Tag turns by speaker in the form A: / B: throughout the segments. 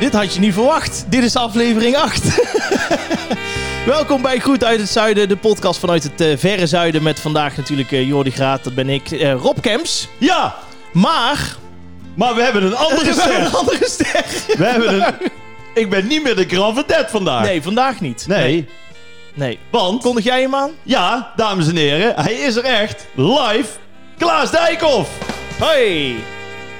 A: Dit had je niet verwacht. Dit is aflevering 8. Welkom bij Goed uit het Zuiden, de podcast vanuit het eh, verre zuiden. Met vandaag natuurlijk eh, Jordi Graat, dat ben ik, eh, Rob Kemps.
B: Ja,
A: Maar
B: maar we hebben een andere
A: we hebben een
B: ster.
A: andere ster.
B: We hebben een... Ik ben niet meer de Grand Vedette vandaag.
A: Nee, vandaag niet.
B: Nee,
A: Nee.
B: want...
A: Kondig jij hem aan?
B: Ja, dames en heren, hij is er echt. Live, Klaas Dijkhoff.
A: Hoi!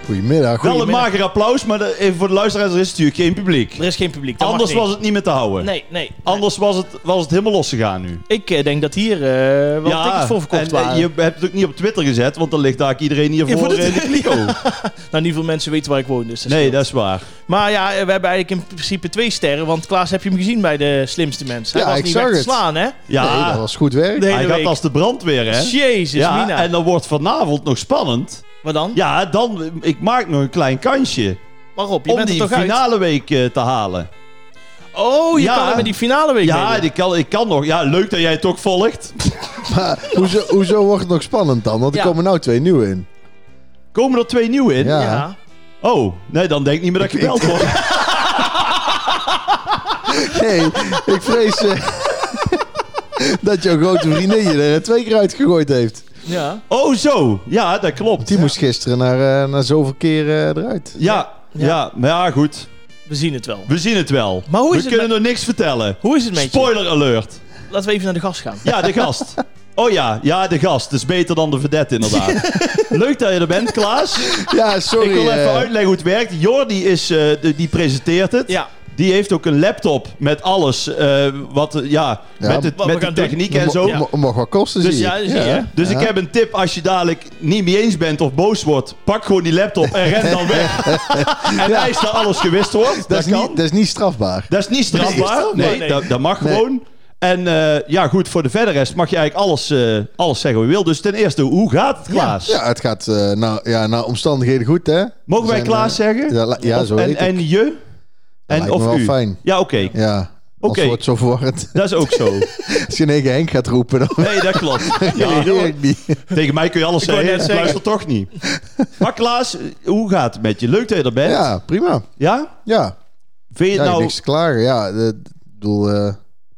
C: Goedemiddag.
B: Wel een
A: Goedemiddag.
B: mager applaus, maar de- even voor de luisteraars, er is natuurlijk geen publiek.
A: Er is geen publiek. dat
B: Anders
A: mag niet.
B: was het niet meer te houden.
A: Nee, nee.
B: Anders was het, was het helemaal losgegaan nu.
A: Ik eh, denk dat hier eh wel tickets voor verkocht
B: en, eh,
A: waren.
B: je hebt het ook niet op Twitter gezet, want dan ligt daar iedereen hier
A: Ja,
B: voor
A: voor de-
B: in de kliko.
A: Nou, niet veel mensen weten waar ik woon, dus dat
B: Nee,
A: scheelt.
B: dat is waar.
A: Maar ja, eh, we hebben eigenlijk in principe twee sterren. Want Klaas, heb je hem gezien bij de slimste mensen? Hij
C: Ja,
A: was
C: ik
A: niet
C: zag
A: weg te
C: het.
A: slaan, hè?
B: Ja,
C: Nee, dat was goed werk.
A: De
B: hij
A: hele
B: gaat
A: week.
B: als de brandweer, hè?
A: Jezus,
B: ja,
A: Mina.
B: en dan wordt vanavond nog spannend.
A: Wat dan?
B: Ja, dan, ik maak nog een klein kansje.
A: Maar Rob, je
B: om
A: bent er
B: die
A: toch uit?
B: finale week eh, te halen.
A: Oh, je
B: Ja.
A: kan hem met die finale week
B: Ja,
A: meedoen.
B: die kan, ik kan nog. Ja, leuk dat jij het toch volgt.
C: Maar hoezo, hoezo wordt het nog spannend dan? Want er
A: Ja.
C: komen nou twee nieuwe in.
B: Komen er twee nieuwe in?
C: Ja.
A: Ja.
B: Oh, nee, dan denk ik niet meer dat ik gebeld word.
C: Nee, ik vrees eh, dat jouw grote vriendin je er eh, twee keer uitgegooid heeft.
A: ja.
B: Oh, zo. Ja, dat klopt.
C: Die moest gisteren naar, eh, naar zoveel keer eh, eruit.
B: Ja,
A: Ja.
B: ja. maar ja, goed.
A: We zien het wel.
B: We zien het wel.
A: Maar hoe
B: we
A: is het
B: kunnen nog niks vertellen.
A: Hoe is het met je?
B: Spoiler alert.
A: Laten we even naar de gast gaan.
B: Ja, de gast. Oh ja, ja, de gast. Dat is beter dan de vedette inderdaad. Leuk dat je er bent, Klaas.
C: Ja, sorry.
B: Ik wil even
C: eh,
B: uitleggen hoe het werkt. Jordi is, eh, de- die presenteert het.
A: Ja.
B: Die heeft ook een laptop met alles. eh, wat, eh, ja,
C: Ja,
B: met, het,
A: wat we
B: met de
A: gaan doen.
B: techniek
C: dat
B: en
C: mo-
B: zo.
C: mo- Mag wat kosten,
A: Dus
C: zie
A: ja,
C: ik.
A: zie je, hè?
B: Dus
C: Ja.
B: ik heb een tip als je dadelijk niet mee eens bent of boos wordt. Pak gewoon die laptop en ren dan weg. en eis dat alles gewist wordt. Dat,
C: Dat is,
B: kan.
C: niet, dat is niet strafbaar.
B: Dat is niet strafbaar.
A: strafbaar,
B: Nee,
A: nee.
B: Dat, dat mag
C: Nee.
B: gewoon. En eh, ja, goed, voor de verder rest mag je eigenlijk alles, eh, alles zeggen wat je wil. Dus ten eerste, hoe gaat het, Klaas?
C: Ja, het gaat eh nou, ja, naar omstandigheden goed, hè?
B: Mogen
C: We
B: wij
C: zijn,
B: Klaas
C: eh,
B: zeggen?
C: Ja, la- ja
B: Of-
C: zo
B: en,
C: heet ik.
B: en je? En
C: lijkt me
B: of
C: wel
B: u?
C: fijn.
B: Ja, oké.
C: Ja,
B: Oké.
C: als wordt zo verwarrend.
B: Dat is ook zo.
C: Als je in één keer Henk gaat roepen, dan
B: Nee, dat klopt. Ja,
C: reageer ik niet.
B: Tegen mij kun je alles
A: wou
B: zeggen.
A: net
B: Ik
A: zeggen.
B: luister toch niet. Maar Klaas, hoe gaat het met je? Leuk dat je er bent. Ja?
C: Ja, prima. Ja,
B: Vind je
C: ja
B: het nou,
C: niks te klagen. Ja, eh, ik bedoel, eh,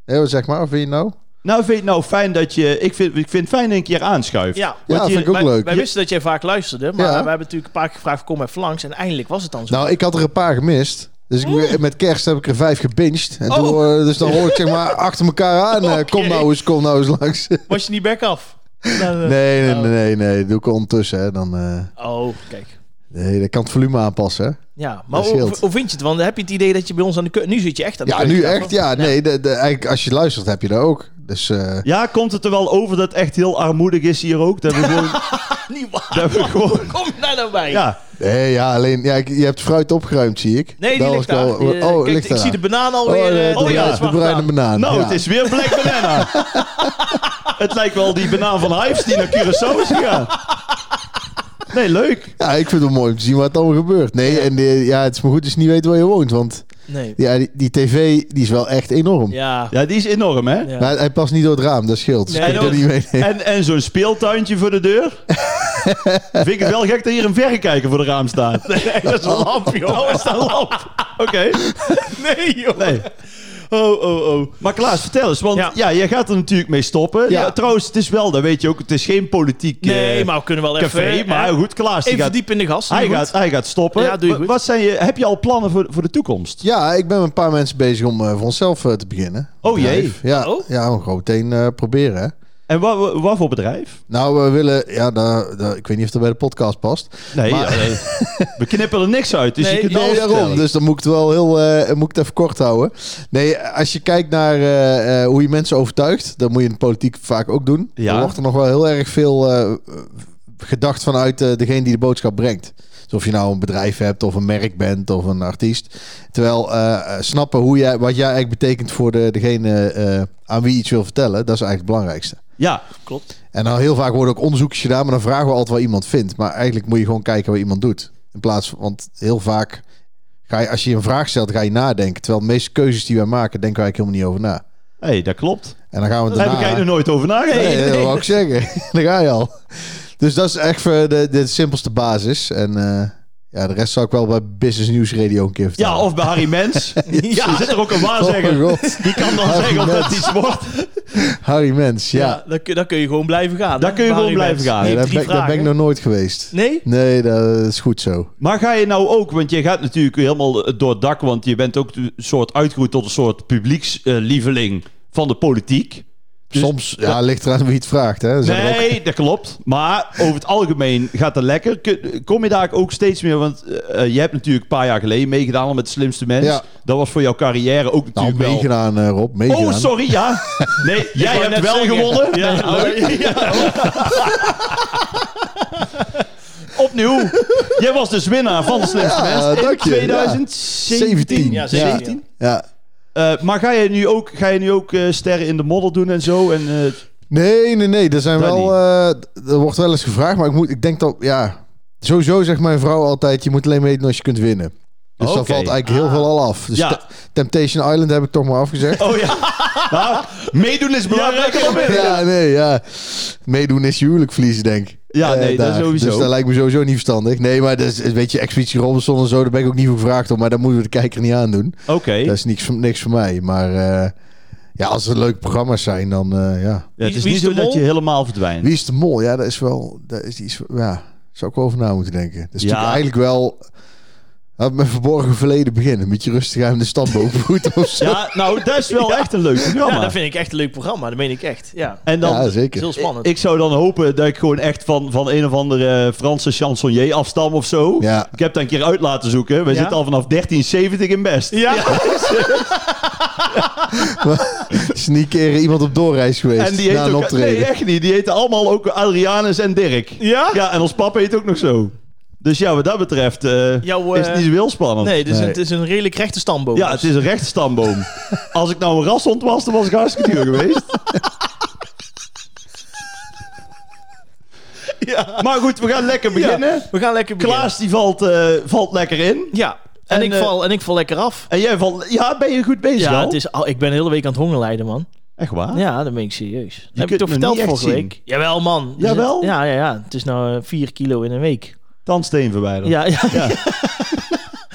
C: hè, zeg maar, vind je nou?
B: nou, vind je het nou fijn dat je... Ik vind, ik vind het fijn dat je een keer aanschuift.
A: Ja.
C: Ja,
B: Want je-
C: vind ik ook
A: Wij,
C: leuk.
A: wij wisten dat jij vaak luisterde, maar
C: Ja.
A: we hebben natuurlijk een paar keer gevraagd, kom even langs. En eindelijk was het dan zo.
C: Nou, ik had er een paar gemist. Dus ik, met kerst heb ik er vijf gebinged. En toen,
A: Oh.
C: eh, dus dan hoor ik zeg maar achter elkaar aan. eh,
A: Oké.
C: Kom nou eens, kom nou eens langs. nee,
A: Was je niet back af?
C: nee,
A: Nou.
C: nee, nee, nee. Doe ik ondertussen. Hè. Dan, eh,
A: Oh, kijk.
C: nee, dan kan het volume aanpassen. Hè.
A: Ja, maar
C: Dat
A: hoe,
C: scheelt.
A: hoe vind je het? Want heb je het idee dat je bij ons aan de keuken... Nu zit je echt aan de
C: Ja,
A: keuken,
C: nu
A: toch?
C: echt. Ja, nee. De, de, eigenlijk, als je luistert, heb je dat ook. Dus eh,
B: Ja, komt het er wel over dat het echt heel armoedig is hier ook? Dat we gewoon...
A: Niet waar.
B: dat we gewoon
A: Kom daar nou bij.
B: ja.
C: nee, ja, alleen ja, ik- je hebt fruit opgeruimd, zie ik.
A: Nee, die
C: Daar
A: ligt
C: was
A: daar.
C: ik al-
A: Die, eh,
C: oh,
A: kijk,
C: ligt
A: ik zie de banaan alweer.
C: oh, de,
A: eh,
C: de,
A: oh ja,
C: bruine-
A: dat is
C: de
A: waar
C: bruine
A: gedaan.
C: banaan.
B: Nou,
C: Ah, ja.
B: het is weer Black Banana. het lijkt wel die banaan van Hives die naar Curaçao is gegaan. Nee, leuk.
C: Ja, ik vind het wel mooi om te zien wat er allemaal gebeurt. Nee, en eh, ja, het is maar goed dat je niet weet waar je woont. Want
A: Nee.
C: ja, die, die tv die is wel echt enorm.
A: Ja.
B: Ja, die is enorm, hè?
A: Ja.
C: Maar hij past niet door het raam, dat scheelt. Dus
A: Nee,
C: ik kan
A: dat-
C: het niet meenemen.
B: En, en zo'n speeltuintje voor de deur. Vind ik het wel gek dat hier een verrekijker voor de raam staat.
A: Nee, dat is een lamp, joh.
B: Oh, is dat een lamp? Oké.
A: Nee, joh.
B: Nee.
A: Oh, oh, oh.
B: Maar Klaas, vertel eens. Want
A: Ja.
B: ja, jij gaat er natuurlijk mee stoppen.
C: Ja.
B: Ja. trouwens, het is wel, dat weet je ook, het is geen politiek eh,
A: Nee, maar we kunnen wel
B: café.
A: even...
B: maar
A: hè,
B: goed, Klaas, die
A: Even
B: gaat,
A: diep in de gas.
B: hij, gaat, hij gaat stoppen.
A: Ja, doe je
B: Wa-
A: goed.
B: Wat zijn je, heb je al plannen voor, voor de toekomst?
C: Ja, ik ben met een paar mensen bezig om eh, voor onszelf eh, te beginnen.
B: Oh, jee.
C: Bedrijf. Ja,
A: Oh.
C: ja we gaan gewoon meteen eh, proberen. Hè.
B: En wat, wat- wat voor bedrijf?
C: Nou, we willen... Ja, daar, daar- ik weet niet of dat bij de podcast past.
B: Nee,
C: Maar-
B: ja, nee. we knippen er niks uit. Dus
A: Nee,
B: je kunt
C: Nee,
B: alles
C: daarom.
B: vertellen.
C: Dus dan moet ik het wel heel... eh, moet ik het even kort houden. Nee, als je kijkt naar eh, eh, hoe je mensen overtuigt... dan moet je in de politiek vaak ook doen.
B: Ja.
C: Er wordt er nog wel heel erg veel eh, gedacht vanuit eh, degene die de boodschap brengt. Dus of je nou een bedrijf hebt of een merk bent of een artiest. Terwijl eh, eh, snappen hoe jij, wat jij eigenlijk betekent voor de, degene eh, aan wie je iets wil vertellen... dat is eigenlijk het belangrijkste.
B: Ja,
A: Klopt.
C: En nou, heel vaak worden ook onderzoekjes gedaan, maar dan vragen we altijd wat iemand vindt. Maar eigenlijk moet je gewoon kijken wat iemand doet. In plaats van, want heel vaak ga je, als je een vraag stelt, ga je nadenken. Terwijl de meeste keuzes die wij maken, denken wij eigenlijk helemaal niet over na.
B: hey, dat klopt.
C: En dan gaan we
B: Daar heb
C: daarna...
B: ik eigenlijk nog nooit over nagedacht.
C: Nee, dat wou ik zeggen. daar ga je al. Dus dat is echt voor de, de simpelste basis. En eh, Ja, de rest zou ik wel bij Business News Radio een keer vertellen.
B: Ja, of bij Harry Mens. ja, zit er ook een
C: Oh
B: waarzegger.
C: mijn god.
B: Die kan dan
C: Harry
B: zeggen of dat
C: Mens.
B: iets wordt.
C: Harry Mens, ja.
A: Ja, dan, kun- dan kun je gewoon blijven gaan.
B: Dan
A: hè,
B: kun je
A: bij
B: gewoon
A: Harry
B: blijven
A: Mens.
B: gaan.
A: Die
C: Nee, daar,
A: drie
C: ben, ik- daar ben ik
A: vragen.
C: nog nooit geweest.
A: Nee?
C: Nee, dat is goed zo.
B: Maar ga je nou ook, want je gaat natuurlijk helemaal door het dak, want je bent ook een soort uitgeroeid tot een soort publiekslieveling van de politiek. Dus-
C: Soms, ja, ligt eraan wie het vraagt. Hè. Er zijn er ook-
B: Nee, dat klopt. Maar over het algemeen gaat dat lekker. Kun- Kom je daar ook steeds meer, want eh, eh, je hebt natuurlijk een paar jaar geleden meegedaan al met de slimste mens.
C: Ja.
B: Dat was voor jouw carrière ook
C: nou,
B: natuurlijk wel...
C: meegedaan, eh, Rob. Meegedaan.
B: Oh, sorry, ja. Nee, jij
A: wou
B: hebt
A: net
B: wel
A: zeggen.
B: gewonnen.
A: Ja,
B: Nee, leuk. oh. Opnieuw. Jij was dus winnaar van de slimste
C: Ja,
B: mens in
C: Ah, eh, dank je. Ja.
B: 2017.
C: 17.
A: Ja,
C: Ja,
A: 17.
C: Ja.
B: Eh, maar ga je nu ook, ga je nu ook eh, sterren in de modder doen en zo? En, eh,
C: Nee, nee, nee. Er, zijn
B: Dat
C: wel, eh, er wordt wel eens gevraagd, maar ik, moet, ik denk dat... Ja, sowieso zegt mijn vrouw altijd... je moet alleen weten als je kunt winnen. Dus dan
B: Oké. Ah.
C: valt eigenlijk heel veel al af. Dus
B: Ja.
C: Te- Temptation Island heb ik toch maar afgezegd.
B: oh ja. nou, meedoen is belangrijk.
A: Ja, lekker.
C: Ja, nee, ja. Meedoen is je huwelijk verliezen, denk ik.
B: Ja,
C: Eh,
B: nee, dat
C: daar.
B: sowieso.
C: Dus dat lijkt me sowieso niet verstandig. Nee, maar dat is, weet je, Expeditie Robinson en zo, daar ben ik ook niet voor gevraagd om. Maar dat moeten we de kijker niet aandoen.
B: Oké.
C: Dat is niks, voor- niks voor mij. Maar eh, ja, als er leuke programma's zijn, dan eh, ja.
B: Ja, het
A: Wie-
B: is
A: wie
B: niet
A: is
B: zo
A: de
B: dat
A: mol?
B: je helemaal verdwijnt.
C: Wie is de mol? Ja, dat is wel, dat is iets, ja, zou ik wel over na moeten denken. Dat is
B: Ja.
C: natuurlijk eigenlijk wel, laat met verborgen verleden beginnen. Een beetje rustig aan de stad boven voet of zo.
B: Ja, nou, dat is wel echt een leuk programma.
A: Ja, dat vind ik echt een leuk programma. Dat meen ik echt. Ja,
B: en dan,
C: Ja,
A: dat is
C: zeker.
A: heel spannend.
B: Ik zou dan hopen dat ik gewoon echt van, van een of andere eh, Franse chansonnier afstam of zo.
C: Ja.
B: Ik heb dat een keer uit laten zoeken. We
A: Ja?
B: zitten al vanaf 1370 in Best.
A: ja.
C: Is niet een keer iemand op doorreis geweest
B: En die
C: na
B: heet
C: een
B: ook...
C: optreden.
B: Nee, echt niet. Die heten allemaal ook Adrianus en Dirk.
A: Ja?
B: Ja, en ons papa heet ook nog zo. Dus ja, wat dat betreft eh,
A: Jouw,
B: is
A: eh,
B: het niet zo heel spannend.
A: Nee, dus
C: Nee.
A: het is een redelijk rechte stamboom.
B: Ja, het is een rechte stamboom. Als ik nou een rashond was, dan was ik hartstikke duur geweest.
A: Ja.
B: Maar goed, we gaan lekker
A: Ja.
B: beginnen.
A: We gaan lekker beginnen.
B: Klaas die valt, eh, valt lekker in.
A: Ja. En,
B: En,
A: ik
B: eh,
A: val, en ik val lekker af.
B: En jij valt... Ja, ben je goed bezig
A: Ja,
B: al?
A: het is, al- ik ben de hele week aan het hongerlijden, man.
B: Echt waar?
A: Ja, dan ben ik serieus. Dat heb ik
B: Ah. kunt
A: toch
B: me niet
A: verteld
B: echt
A: vorige
B: zien.
A: week? Jawel, man. Dus
B: Jawel?
A: het- ja, ja, ja. Het is nou eh, 4 kilo in een week.
B: Tandsteen verwijderen.
A: Ja, ja.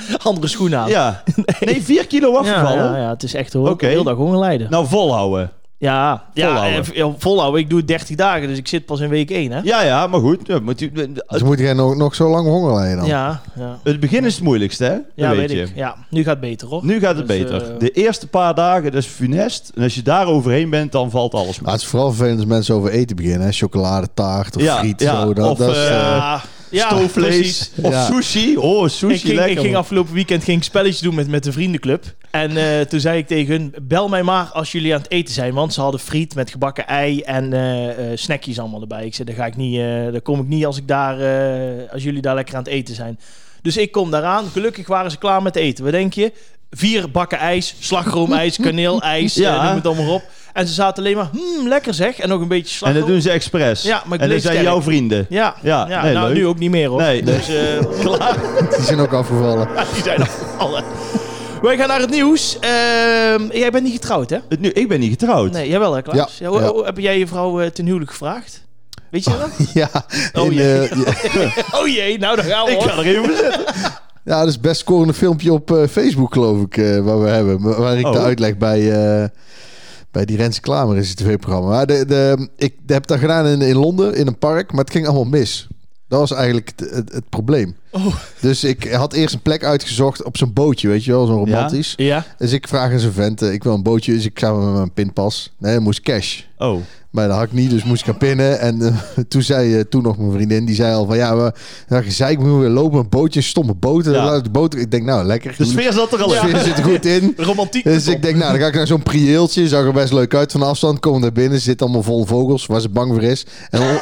B: Ja.
A: Andere schoenen aan.
B: Ja. Nee, 4 kilo
A: ja,
B: afgevallen.
A: ja, ja, het is echt hoor.
B: Oké.
A: Heel dag hongerlijden.
B: Nou, volhouden.
A: ja, ja
B: volhouden.
A: eh, v- ja, volhouden. Ik doe het 30 dagen, dus ik zit pas in week 1, hè?
B: Ja, ja, maar goed. Ja, moet u-
C: Dus moet jij nog, nog zo lang honger lijden dan?
A: ja. ja.
B: het begin is het moeilijkste, hè? Dat
A: Ja, weet,
B: je.
A: ik. Ja, nu gaat het beter, hoor.
B: Nu gaat het
A: Dus,
B: beter.
A: eh,
B: De eerste paar dagen, dat is funest. En als je daar overheen bent, dan valt alles
C: Maar
B: mee.
C: het is vooral vervelend als mensen over eten beginnen. Hè? Chocoladetaart of
B: Ja,
C: friet.
B: ja,
C: zo, dat,
B: of,
C: dat is,
B: eh,
C: eh,
A: ja, ja, precies.
B: Stoofvlees of
C: Ja.
B: sushi. Oh, sushi,
A: Ik ging,
B: lekker.
A: ik ging
B: man.
A: afgelopen weekend ging ik spelletje doen met, met de vriendenclub. En eh, toen zei ik tegen hun, bel mij maar als jullie aan het eten zijn. Want ze hadden friet met gebakken ei en eh, eh, snackjes allemaal erbij. Ik zei, daar, ga ik niet, eh, daar kom ik niet als, ik daar, eh, als jullie daar lekker aan het eten zijn. Dus ik kom daaraan. Gelukkig waren ze klaar met eten. Wat denk je? Vier bakken ijs, slagroomijs, kaneelijs,
B: Ja.
A: ja. noem het allemaal op. En ze zaten alleen maar, hmm, lekker zeg. En nog een beetje
B: En
A: slagroom.
B: dat doen ze expres.
A: Ja, maar ik
B: en dat
A: bleef
B: zijn
A: sterk.
B: jouw vrienden.
A: Ja, ja,
B: Ja, nee,
A: nou
B: leuk.
A: nu ook niet meer hoor.
B: Nee.
A: Dus eh, klaar.
C: die zijn ook afgevallen.
A: Die zijn afgevallen. Wij gaan naar het nieuws. Ehm, jij bent niet getrouwd, hè?
B: Het nu, ik ben niet getrouwd.
A: Nee, jij wel, hè, Klaas?
C: Ja,
A: hoe-
C: ja.
A: hoe- heb jij je vrouw eh, ten huwelijk gevraagd? Weet je dat?
C: ja,
A: Oh,
C: in,
A: jee.
C: eh, ja,
A: oh jee, nou dan gaan we.
B: Ik
A: hoor.
B: ga er even zitten.
C: ja, dat is best scorende filmpje op eh, Facebook, geloof ik, eh, waar we hebben. Waar waar ik
B: Oh.
C: de uitleg bij, eh, bij die Renze Klamer is het tv-programma. Maar de, de, ik heb dat gedaan in, in Londen, in een park, maar het ging allemaal mis. Dat was eigenlijk het, het, het probleem.
A: Oh.
C: Dus ik had eerst een plek uitgezocht op zo'n bootje, weet je wel,
B: Ja.
C: zo'n romantisch.
A: Ja.
C: Dus ik vraag aan zijn vent, eh, ik wil een bootje, dus ik samen met mijn pinpas. Nee, hij moest cash.
B: Oh,
C: Maar dat had ik niet, dus moest ik gaan pinnen. En eh, toen zei eh, toen nog mijn vriendin, die zei al van... Ja, we ja, gezeik, we moeten weer lopen, een bootje, stomme boten.
B: Ja.
C: laat De boten. Ik denk, nou, lekker.
B: de sfeer zat er al
C: De
B: in.
C: sfeer zit er goed in.
A: Romantiek.
C: Dus
A: met
C: ik denk, nou, dan ga ik naar zo'n prieeltje. Zag er best leuk uit van afstand. Komen daar binnen, zit allemaal vol vogels, waar ze bang voor is. En on-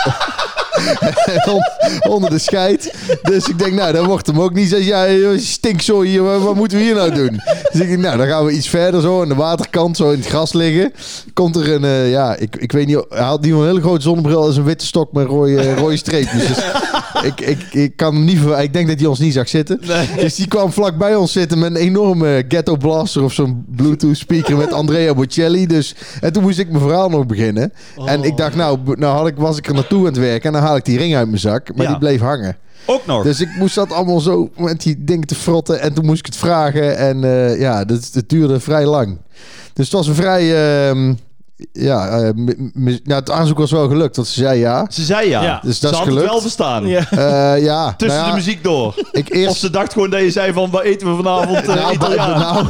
C: en on- onder de scheid. Dus ik denk, nou, dat wordt hem ook niet. Zeg, ja, joh, stinkzooi, hier, wat, wat moeten we hier nou doen? Dus ik denk, nou, dan gaan we iets verder zo aan de waterkant, zo in het gras liggen. Komt er een, eh, ja, ik, ik weet niet, hij had niet een hele grote zonnebril als een witte stok met rode, rode streepjes. Dus ik, ik, ik kan hem niet verwa- Ik denk dat hij ons niet zag zitten. Dus die kwam vlak bij ons zitten met een enorme eh, ghetto blaster of zo'n Bluetooth speaker met Andrea Bocelli. Dus, en toen moest ik mijn verhaal nog beginnen. En ik dacht, nou, b- nou had ik, was ik er naartoe aan het werken en dan haal ik die ring uit mijn zak. Maar
B: Ja.
C: die bleef hangen.
B: Ook nog.
C: Dus ik moest dat allemaal zo met die dingen te frotten. En toen moest ik het vragen. En eh, ja, dat, dat duurde vrij lang. Dus het was een vrij... ehm, ja, eh, mi- mi- nou, het aanzoek was wel gelukt. Want ze zei ja.
B: Ze zei ja.
A: Ja.
C: Dus
B: Ze
C: dat is
B: had het
C: gelukt.
B: wel verstaan.
A: Ja.
C: Eh, ja.
B: Tussen
C: nou ja,
B: de muziek door.
C: Ik
B: Of
C: eerst...
B: ze dacht gewoon dat je zei van, wat eten we vanavond? eh,
C: Nou,
B: Italiaans?
C: nou,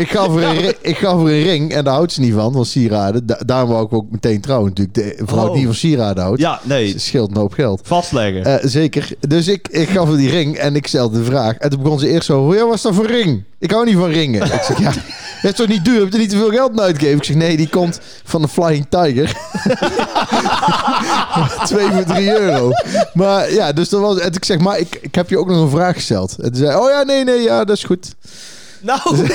C: ik gaf er een, ri- ik gaf er een ring en daar houdt ze niet van, van sieraden. Da- daarom wou ik ook meteen trouwen natuurlijk. De vrouw
B: Oh.
C: die van sieraden houdt,
B: ja, nee.
C: scheelt een hoop geld.
B: Vastleggen.
C: Eh, zeker. Dus ik, ik gaf haar die ring en ik stelde de vraag. En toen begon ze eerst zo, ja, wat is dat voor ring? Ik hou niet van ringen. ik zeg, ja, dat is toch niet duur? Heb je er niet te veel geld aan uitgegeven? Ik zeg, nee, die komt van de Flying Tiger. Twee voor drie euro. Maar ja, dus dat was... En ik zeg, maar ik, ik heb je ook nog een vraag gesteld. En toen zei oh ja, nee, nee, ja, dat is goed.
A: Nou, nou, nou.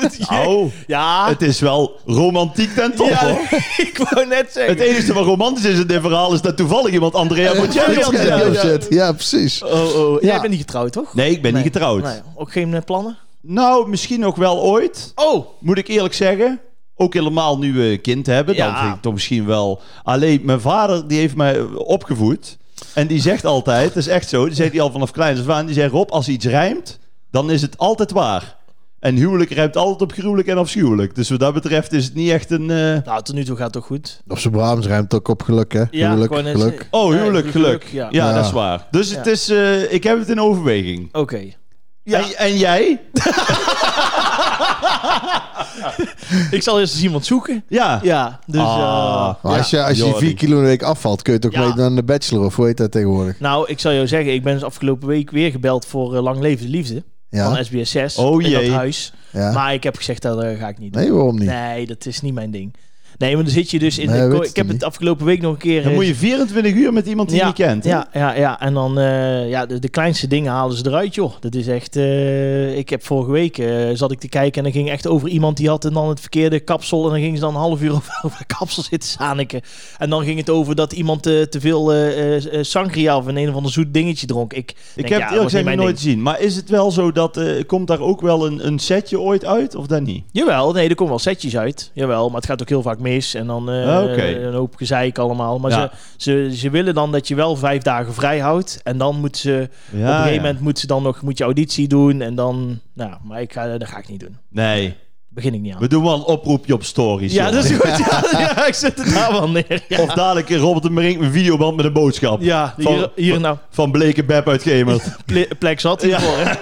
A: dit-
C: Eh,
B: oh,
A: Ja.
B: het is wel romantiek ten top,
A: ja,
B: hoor.
A: ik wou net zeggen.
B: Het enige wat romantisch is in dit verhaal is dat toevallig iemand Andrea Bocelli had
C: Ja,
B: gezet.
C: ja, ja, precies.
A: oh, oh.
C: Ja.
A: Jij bent niet getrouwd, toch?
B: Nee, ik ben
A: Nee.
B: niet getrouwd.
A: Nee, ook geen eh, plannen?
B: Nou, misschien nog wel ooit.
A: Oh,
B: Moet ik eerlijk zeggen. Ook helemaal nu we een kind hebben. Dan
A: Ja.
B: vind ik toch misschien wel... Alleen, mijn vader die heeft mij opgevoed. En die zegt altijd, dat is echt zo. Die zegt hij al vanaf kleins af aan. Die zegt, Rob, als iets rijmt, dan is het altijd waar. En huwelijk rijmt altijd op gruwelijk en afschuwelijk. Dus wat dat betreft is het niet echt een... eh,
A: nou, tot nu toe gaat het toch goed?
C: Op zijn Brahms ruimt ook op geluk, hè?
A: Ja,
C: geluk,
A: gewoon eens-
C: geluk.
B: Oh,
A: Nee,
B: huwelijk, geluk.
A: ja.
B: Ja, dat is waar. Dus het
A: Ja.
B: is... eh, ik heb het in overweging.
A: Oké. Ja.
B: En, en jij?
A: Ik zal eerst eens iemand zoeken.
B: Ja.
A: Ja, dus...
B: Ah.
A: eh,
C: Maar
A: ja.
C: als je, als je
B: Jordi.
C: vier kilo in de week afvalt, kun je het ook
A: Ja.
C: weten aan de bachelor of hoe heet dat tegenwoordig?
A: Nou, ik zal jou zeggen, ik ben dus afgelopen week weer gebeld voor eh, Lang Leven de Liefde
C: Ja.
A: van SBS 6
B: Oh,
A: in dat
B: jee.
A: huis.
C: ja.
A: Maar ik heb gezegd, dat eh, ga ik niet doen.
C: nee, waarom niet?
A: Nee, dat is niet mijn ding. Nee, maar dan zit je dus in
C: Nee,
A: de...
C: weet
A: ko-
C: het
A: Ik heb
C: niet.
A: het afgelopen week nog een keer...
B: Dan
A: eh,
B: moet je 24 uur met iemand die je niet kent. hè?
A: Ja, ja, ja. En dan eh, ja, de, de kleinste dingen halen ze eruit, joh. Dat is echt. eh, ik heb vorige week eh, zat ik te kijken en dan ging echt over iemand die had en dan het verkeerde kapsel. En dan ging ze dan een half uur over, over de kapsel zitten zaniken. En dan ging het over dat iemand eh, te veel eh, eh, eh, sangria of een, een of ander zoet dingetje dronk. Ik,
B: Ik
A: denk, ja,
B: heb het
A: dat
B: eerlijk
A: was niet
B: gezegd nog
A: mijn
B: nooit
A: ding.
B: gezien. Maar is het wel zo dat... eh, komt daar ook wel een, een setje ooit uit? Of dat niet?
A: Jawel, nee, er komen wel setjes uit. Jawel, maar het gaat ook heel vaak mis. En dan eh,
B: Ah, oké.
A: een hoop gezeik allemaal. Maar
B: Ja.
A: ze, ze, ze willen dan dat je wel vijf dagen vrij houdt. En dan moeten ze
B: Ja,
A: op een gegeven
B: ja.
A: moment moet ze dan nog moet je auditie doen en dan, nou, maar ik ga, dat ga ik niet doen.
B: Nee.
A: Begin ik niet aan.
B: We doen wel een oproepje op stories.
A: ja,
B: jongen.
A: dat is goed. Ja, ja, ik zet het daar wel neer. Ja,
B: Of dadelijk in Robert de Brink een videoband met een boodschap.
A: ja
B: Van-
A: hier, hier nou
B: Van bleke Beb uit Gemert.
A: ple- plek zat
B: Ja.
A: hiervoor. hè.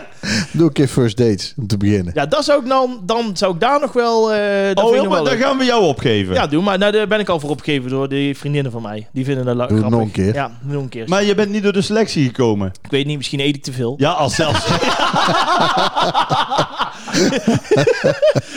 C: Doe een keer first dates om te beginnen.
A: Ja, dat zou ik dan, dan zou ik daar nog wel. eh dat vind ik
B: oh, ja,
A: nog
B: maar
A: wel
B: dan
A: leuk.
B: gaan we jou opgeven.
A: Ja, doe maar. Nou, daar ben ik al voor opgegeven door die vriendinnen van mij. Die vinden dat la-
C: Doe het
A: grappig.
C: nog een keer.
A: Ja, doe nog een keer.
B: Maar je bent niet door de selectie gekomen.
A: ik weet niet, misschien eet ik te veel.
B: Ja, als zelfs.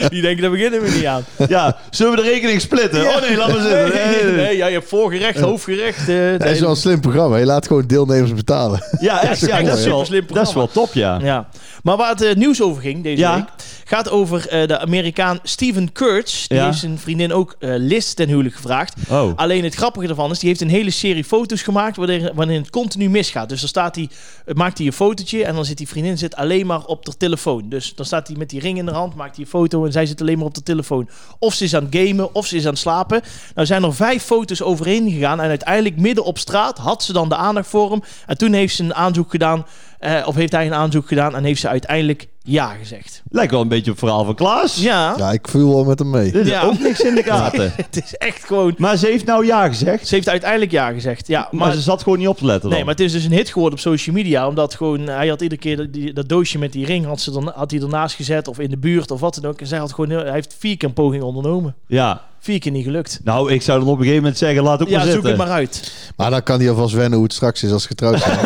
A: Die denken, daar beginnen we niet aan.
B: ja, zullen we de rekening splitten? Oh nee, laat maar
A: Nee,
B: zitten.
A: nee, nee, nee. Ja, je hebt voorgerecht, hoofdgerecht. eh,
C: Dat is
A: nee.
C: wel een slim programma. Je laat gewoon deelnemers betalen.
B: Ja, echt, ja,
A: echt
B: dat,
A: een
B: is wel,
A: superslim
B: dat is wel top, ja.
A: Ja. Maar waar het eh, nieuws over ging deze
B: Ja.
A: week, gaat over eh, de Amerikaan Steven Kurtz. Die
B: Ja.
A: heeft zijn vriendin ook eh Liz ten huwelijk gevraagd.
B: Oh.
A: Alleen het grappige ervan is, die heeft een hele serie foto's gemaakt waarin, waarin het continu misgaat. Dus dan staat hij, eh, maakt hij een fotootje en dan zit die vriendin zit alleen maar op de telefoon. Dus dan staat hij met die ring in de hand, maakt hij een foto en zij zit alleen maar op de telefoon. Of ze is aan het gamen, of ze is aan het slapen. Nou zijn er vijf foto's overheen gegaan en uiteindelijk midden op straat had ze dan de aandacht voor hem. En toen heeft ze een aanzoek gedaan, eh, of heeft hij een aanzoek gedaan en heeft ze uiteindelijk ja gezegd.
B: Lijkt wel een beetje op het verhaal van Klaas.
A: Ja,
C: Ja, ik voel wel met hem mee.
B: Er is
A: Ja.
B: ook niks in de gaten.
A: het is echt gewoon...
B: Maar ze heeft nou ja gezegd.
A: Ze heeft uiteindelijk ja gezegd. Ja,
B: Maar, ze zat gewoon niet op te letten dan.
A: Nee, maar het is dus een hit geworden op social media. Omdat gewoon, eh, hij had iedere keer dat, die- dat doosje met die ring had, ze dan, had hij ernaast gezet. Of in de buurt of wat dan ook. En zij had gewoon, heel- hij heeft vier keer een poging ondernomen.
B: Ja,
A: Vier keer niet gelukt.
B: nou, ik zou dan op een gegeven moment zeggen, laat ook
A: ja,
B: maar
A: zoek
B: zitten.
A: het maar uit.
C: Maar dan kan hij alvast wennen hoe het straks is als ze getrouwd zijn.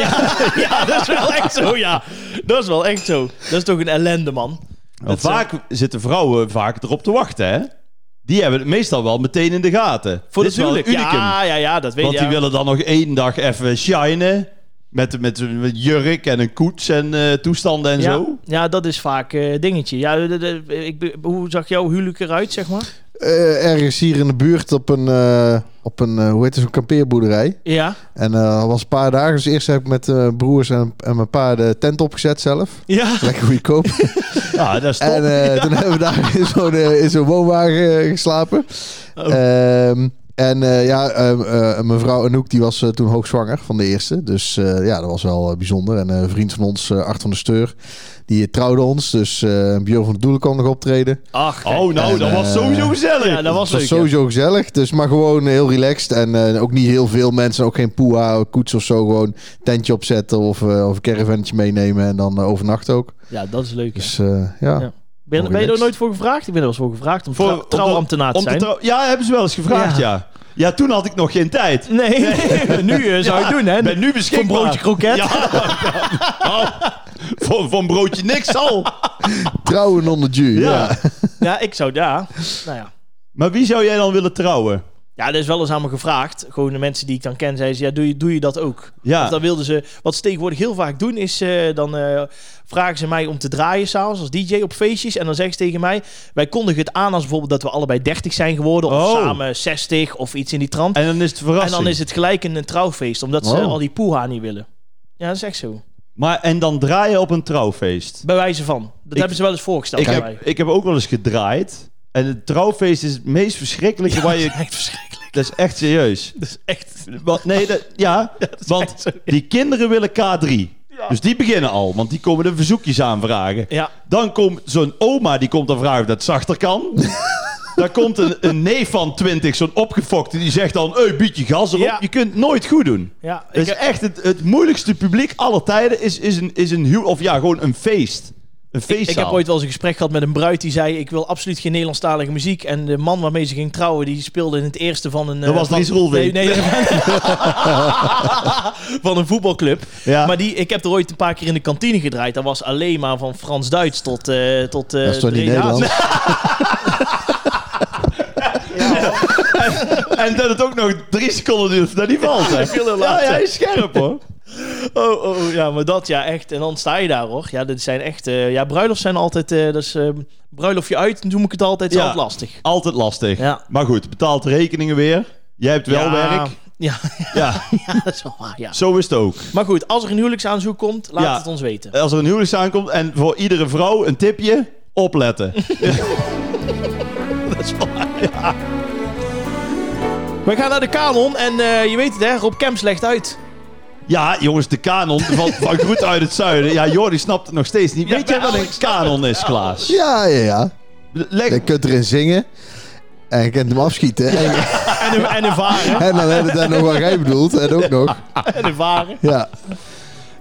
A: ja, dat is wel echt zo, ja. Dat is wel echt zo. Dat is toch een ellende, man.
B: Want
A: Dat,
B: vaak zitten vrouwen vaak erop te wachten, hè? Die hebben het meestal wel meteen in de gaten.
A: Voor
B: Dit is wel
A: natuurlijk.
B: een unicum.
A: Ja, ja, ja, dat weet
B: want
A: je.
B: die
A: ja.
B: willen dan nog één dag even shinen. Met, met, met jurk en een koets en eh, toestanden en
A: ja,
B: zo.
A: ja, dat is vaak eh dingetje. Ja, de- de- ik, be- hoe zag jouw huwelijk eruit, zeg maar?
C: Eh, ergens hier in de buurt op een, eh, op een eh, hoe heet het, zo'n kampeerboerderij.
A: Ja.
C: En eh, al was een paar dagen. Dus eerst heb ik met eh, broers en, en mijn pa de tent opgezet zelf.
A: Ja.
C: Lekker goedkoop.
B: Ja, dat is top.
C: En eh, toen hebben we daar in zo'n eh, in zo'n woonwagen eh, geslapen.
A: Oh.
C: Ehm, En eh, ja, eh, eh, mevrouw Anouk die was eh, toen hoogzwanger van de eerste. Dus eh, ja, dat was wel eh, bijzonder. En eh, een vriend van ons, eh, Art van de Steur, die eh, trouwde ons. Dus eh Björn van de Doelen kwam nog optreden.
A: Ach, kijk.
B: Oh, nou,
C: En,
B: dat was
C: eh,
B: sowieso gezellig.
A: ja, dat was
C: Het was
A: leuk. ja.
C: sowieso gezellig. Dus maar gewoon heel relaxed. En eh, ook niet heel veel mensen. Ook geen poeha, koets of zo. Gewoon tentje opzetten of, eh, of een caravannetje meenemen. En dan eh, overnachten ook.
A: Ja, dat is leuk. ja.
C: Dus eh, ja.
A: Ja. Ben, ben je
C: relaxed.
A: er nooit voor gevraagd? Ik ben er wel eens voor gevraagd om
B: Voor-
A: trou-
B: om-
A: trouwambtenaar te
B: Om te
A: zijn.
B: trouw- ja, hebben ze wel eens gevraagd, ja. ja. toen had ik nog geen tijd.
A: Nee, nu eh, zou ik doen, hè?
B: Ik ben nu
A: Voor een
B: beschikbaar.
A: broodje kroket.
B: Ja. Nou, voor, voor een broodje niks al.
C: Trouwen onder Jew. Ja.
B: Ja.
A: Ja, ik zou daar. Nou ja.
B: Maar wie zou jij dan willen trouwen?
A: Ja, er is wel eens aan me gevraagd. Gewoon de mensen die ik dan ken, zeiden ze, ja, doe je, doe je dat ook?
B: Ja.
A: Of dan wilden ze, wat ze tegenwoordig heel vaak doen, is eh, dan eh, vragen ze mij om te draaien s'avonds als DJ op feestjes. En dan zeggen ze tegen mij, wij kondigen het aan als bijvoorbeeld dat we allebei 30 zijn geworden. Of
B: Oh.
A: samen 60 of iets in die trant. En,
B: En dan is het verrassing.
A: dan is het gelijk een, een trouwfeest, omdat ze
C: Wow.
A: al die poeha niet willen. Ja, dat is echt zo.
B: Maar en dan draaien op een trouwfeest.
A: Bij wijze van. Dat hebben ze wel eens voorgesteld
B: Ik
A: aan
B: heb,
A: mij.
B: ik heb ook wel eens gedraaid. En het trouwfeest is het meest verschrikkelijke waar je...
A: Echt verschrikkelijk.
B: Dat is echt serieus.
A: Dat is echt...
B: Want, nee, dat, ja, want die kinderen willen K3. Dus die beginnen al, want die komen de verzoekjes aanvragen.
A: Ja,
B: Dan komt zo'n oma, die komt dan vragen of dat zachter kan. Dan komt een, een neef van 20, zo'n opgefokte, die zegt dan... Hey, bied je gas erop.
A: Ja.
B: Je kunt het nooit goed doen.
A: ja. Ik
B: Dus
A: heb-
B: echt het, het moeilijkste publiek aller tijden is, is een, is een huw... Of ja, gewoon een feest. Een feestzaal.
A: Ik heb ooit wel eens een gesprek gehad met een bruid die zei: Ik wil absoluut geen Nederlandstalige muziek. En de man waarmee ze ging trouwen, die speelde in het eerste van een.
B: Dat
A: eh,
B: was
A: van-
B: Dries Roelvink.
A: Nee, nee, van een voetbalclub.
B: Ja.
A: Maar die, ik heb er ooit een paar keer in de kantine gedraaid. Dat was alleen maar van Frans-Duits tot. eh tot eh,
C: Dat is toch niet
A: Dre- Ja,
C: Nederlands?
B: En dat het ook nog drie seconden duurt dat die valt. hè.
A: veel
B: Ja,
A: later.
B: ja, hij is scherp hoor.
A: Oh, oh, oh, ja, maar dat ja, echt. En dan sta je daar hoor. Ja, dit zijn echt. eh, ja, bruiloft zijn altijd. eh dat is, eh, bruiloftje uit, noem ik het altijd.
B: Ja.
A: zelf lastig.
B: Altijd lastig.
A: Ja.
B: Maar goed, betaalt de rekeningen weer. Jij hebt wel
A: ja,
B: werk.
A: Ja,
B: Ja,
A: ja, dat is wel waar. Ja.
B: zo is het ook.
A: Maar goed, als er een huwelijksaanzoek komt, laat
B: Ja.
A: het ons weten.
B: Als er een huwelijk aankomt en voor iedere vrouw een tipje, opletten.
A: Dat is waar, ja. We gaan naar de kanon en eh, je weet het hè, Rob Kemp legt uit.
B: Ja, jongens, de kanon van, van Groet uit het Zuiden. Ja, Jordi snapt het nog steeds niet.
A: Ja,
B: Weet jij wat
A: wel,
B: een
A: ik snap
B: kanon is, Klaas?
C: ja, ja, ja.
B: Leg,
C: Je kunt erin zingen. En je kunt hem afschieten. En,
A: En een, en een varen.
C: en dan heb je daar nog wat jij bedoelt. En ook nog.
A: En een varen.
C: Ja.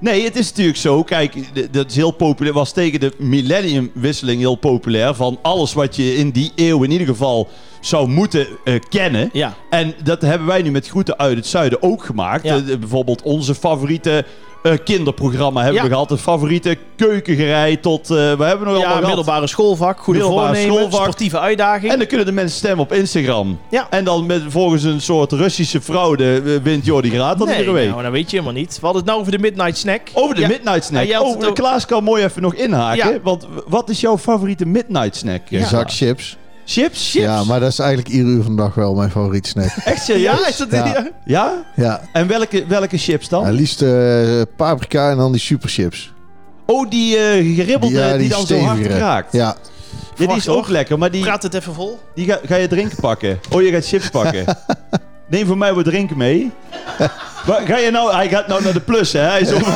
B: Nee, het is natuurlijk zo. Kijk, d- dat is heel populair. Was tegen de millenniumwisseling heel populair. Van alles wat je in die eeuw in ieder geval zou moeten eh, kennen.
A: Ja.
B: En dat hebben wij nu met groeten uit het zuiden ook gemaakt.
A: Ja.
B: Eh, de- bijvoorbeeld onze favoriete eh, kinderprogramma hebben
A: Ja.
B: we gehad. De favoriete keukengerij tot... eh we hebben nog
A: Ja,
B: allemaal gehad.
A: middelbare schoolvak, goede
B: Middelbare
A: voornemen,
B: schoolvak.
A: sportieve uitdaging.
B: En dan kunnen de mensen stemmen op Instagram.
A: Ja.
B: En dan met, volgens een soort Russische fraude eh, wint Jordi Graat dan
A: nee,
B: iedere week.
A: nou, dat weet je helemaal niet. We hadden het nou over de midnight snack.
B: Over de
A: Ja.
B: midnight snack.
A: Ah, jij had
B: Oh,
A: het ook-
B: Klaas kan mooi even nog inhaken.
A: Ja.
B: Want w- wat is jouw favoriete midnight snack? eh,
C: Een
B: Klaas?
C: zak chips.
B: Chips?
C: Ja, maar dat is eigenlijk ieder uur van de dag wel mijn favoriet snack.
B: Echt
A: Ja,
B: serieus?
A: is dat...
C: Ja.
A: ja.
B: Ja?
C: Ja.
B: En welke, welke chips dan?
C: Ja, liefst eh, paprika en dan die superchips.
B: oh, die eh, geribbelde
C: Ja,
B: die,
C: die
B: dan zo hard
C: stevige.
B: kraakt. Ja,
C: Ja,
B: die is
A: Verwacht,
B: ook
A: hoor.
B: lekker, maar die,
A: Praat het even vol.
B: die ga, ga je drinken pakken. Oh, je gaat chips pakken. Neem voor mij wat drinken mee. Waar- ga je nou, hij gaat nou naar de plus, hè? Hij is over,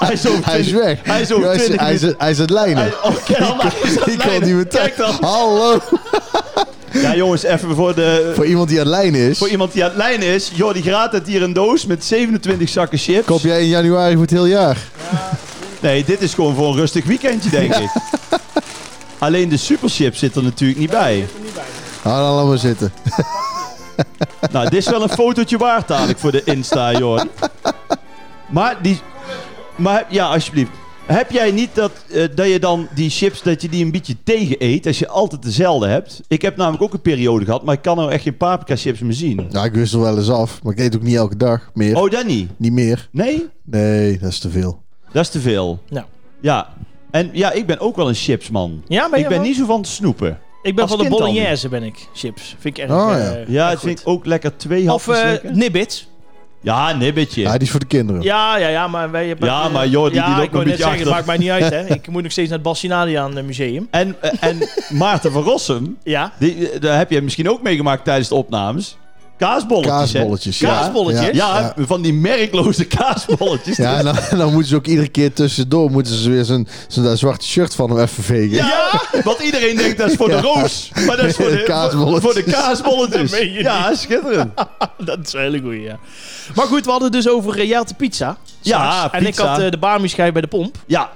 B: hij, is over
C: hij is
B: 20
C: weg.
B: Hij is over
C: Ja,
B: 20
C: hij, is, hij is aan het
B: Hij,
C: lijnen.
B: oh, kijk dan, hij is aan het
C: Ik kan
B: lijnen.
C: niet meer
B: Kijk
C: terug.
B: dan.
C: Hallo.
B: Ja, jongens, even voor de,
C: Voor iemand die aan het lijnen is,
B: Voor iemand die aan het lijnen is, joh, die graat het hier een doos met 27 zakken chips.
C: koop jij in januari voor het heel jaar.
B: Nee, dit is gewoon voor een rustig weekendje, denk ik. Alleen de superchips zit er natuurlijk niet bij.
C: Nou, dan laat maar zitten.
B: Nou, dit is wel een fotootje waard dadelijk voor de Insta, joh. Maar die... Maar ja, alsjeblieft. Heb jij niet dat, eh, dat je dan die chips, dat je die een beetje tegen eet, als je altijd dezelfde hebt? Ik heb namelijk ook een periode gehad, maar ik kan nou echt geen paprika chips meer zien.
C: Nou, ik wissel wel eens af, maar ik eet ook niet elke dag meer.
B: Oh, dat niet?
C: Niet meer.
B: Nee?
C: Nee, dat is te veel.
B: Dat is te veel.
A: Nou.
B: Ja. En ja, ik ben ook wel een chipsman.
A: Ja, ben
B: Ik
A: je
B: ben
A: wel?
B: niet zo van het snoepen.
A: Ik ben
B: als
A: van de
B: kind al
A: bolognese, ben ik. Chips. Vind ik erg.
C: Oh,
A: eh,
C: ja.
A: erg
B: Ja, dat
A: goed.
B: vind ik ook lekker twee
A: Of
B: hapjes
A: eh,
B: lekker.
A: nibbits.
B: Ja, nibbetje.
C: Ja, Ah, die is voor de kinderen.
A: Ja, ja, ja, maar wij hebben...
B: Ja, maar joh, die- die
A: ja,
B: loopt
A: ik wou
B: een
A: net
B: beetje
A: zeggen, het maakt
B: achter.
A: mij niet uit, hè. Ik moet nog steeds naar het Bassinadiaan eh, Museum.
B: En, eh, en Maarten van Rossum,
A: Ja.
B: die, eh, daar heb je misschien ook meegemaakt tijdens de opnames. Kaasbolletjes. hè?
C: Kaasbolletjes, ja.
B: Kaasbolletjes.
A: Ja,
B: Ja, van die merkloze kaasbolletjes.
C: Ja, en dan, en dan moeten ze ook iedere keer tussendoor moeten ze weer zo'n zo'n dat zwarte shirt van hem even vegen.
B: Ja, want iedereen denkt dat is voor
C: Ja.
B: de roos. Maar dat is voor
C: De
B: de,
C: kaasbolletjes.
B: Voor de kaasbolletjes.
A: Dat meen je niet.
B: Ja, schitterend.
A: Dat is een hele goeie, ja. Maar goed, we hadden het dus over eh, jij had de pizza.
B: Ja,
A: straks. En ik
B: pizza.
A: had eh, de barmischijf bij de pomp.
B: Ja,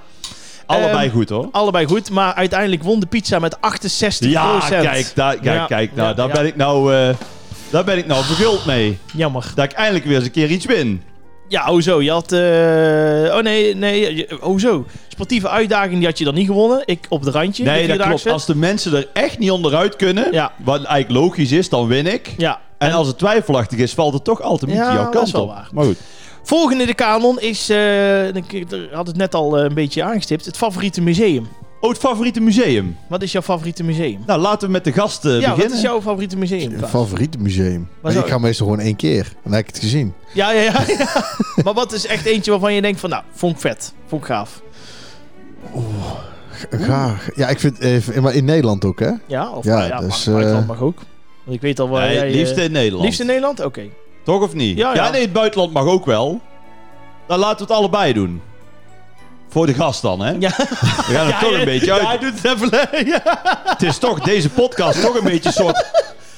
B: allebei
A: Ehm,
B: goed hoor.
A: Allebei goed, maar uiteindelijk won de pizza met 68
B: Ja, kijk, daar, kijk,
A: Ja,
B: kijk. Nou,
A: ja,
B: daar,
A: ja.
B: Ben ik nou, eh, daar ben ik nou verguld mee.
A: Jammer.
B: Dat ik eindelijk weer eens een keer iets win.
A: Ja, hoezo? Je had... eh, Oh nee, nee, je- hoezo? Sportieve uitdaging, die had je dan niet gewonnen. Ik op de randje.
B: Nee,
A: de
B: dat klopt.
A: vierdaagse.
B: Als de mensen er echt niet onderuit kunnen,
A: Ja.
B: wat eigenlijk logisch is, dan win ik.
A: Ja.
B: En als het twijfelachtig is, valt het toch altijd een beetje
A: Ja,
B: jouw
A: dat
B: kant
A: is wel
B: op.
A: waar.
B: Maar goed.
A: Volgende in de kanon is... eh, ik ik had het net al eh, een beetje aangestipt. Het favoriete museum.
B: Oh, het favoriete museum.
A: Wat is jouw favoriete museum?
B: Nou, laten we met de gasten
A: ja,
B: beginnen.
A: wat is jouw favoriete museum?
C: Een
A: Klaas?
C: favoriete museum. Maar
A: zou-
C: ik ga meestal gewoon één keer. Dan heb ik het gezien.
A: Ja, ja, ja. ja. maar wat is echt eentje waarvan je denkt van, nou, vond ik vet. Vond ik gaaf.
C: Ga, ja, ik vind... eh, maar in Nederland ook, hè?
A: Ja, of
C: Ja,
A: ja, ja, mag,
C: dus,
A: buitenland
C: eh,
A: mag ook. Want ik weet al waar
B: Nee,
A: jij...
B: het
A: eh,
B: liefst in Nederland.
A: liefst in Nederland? Oké.
B: Toch of niet?
A: Ja,
B: Ja,
A: ja.
B: nee, het buitenland mag ook wel. Dan laten we het allebei doen. Voor de gast dan, hè?
A: Ja.
B: We gaan het toch een beetje uit.
A: hij doet het even. ja.
B: Het is toch, deze podcast, toch een beetje een soort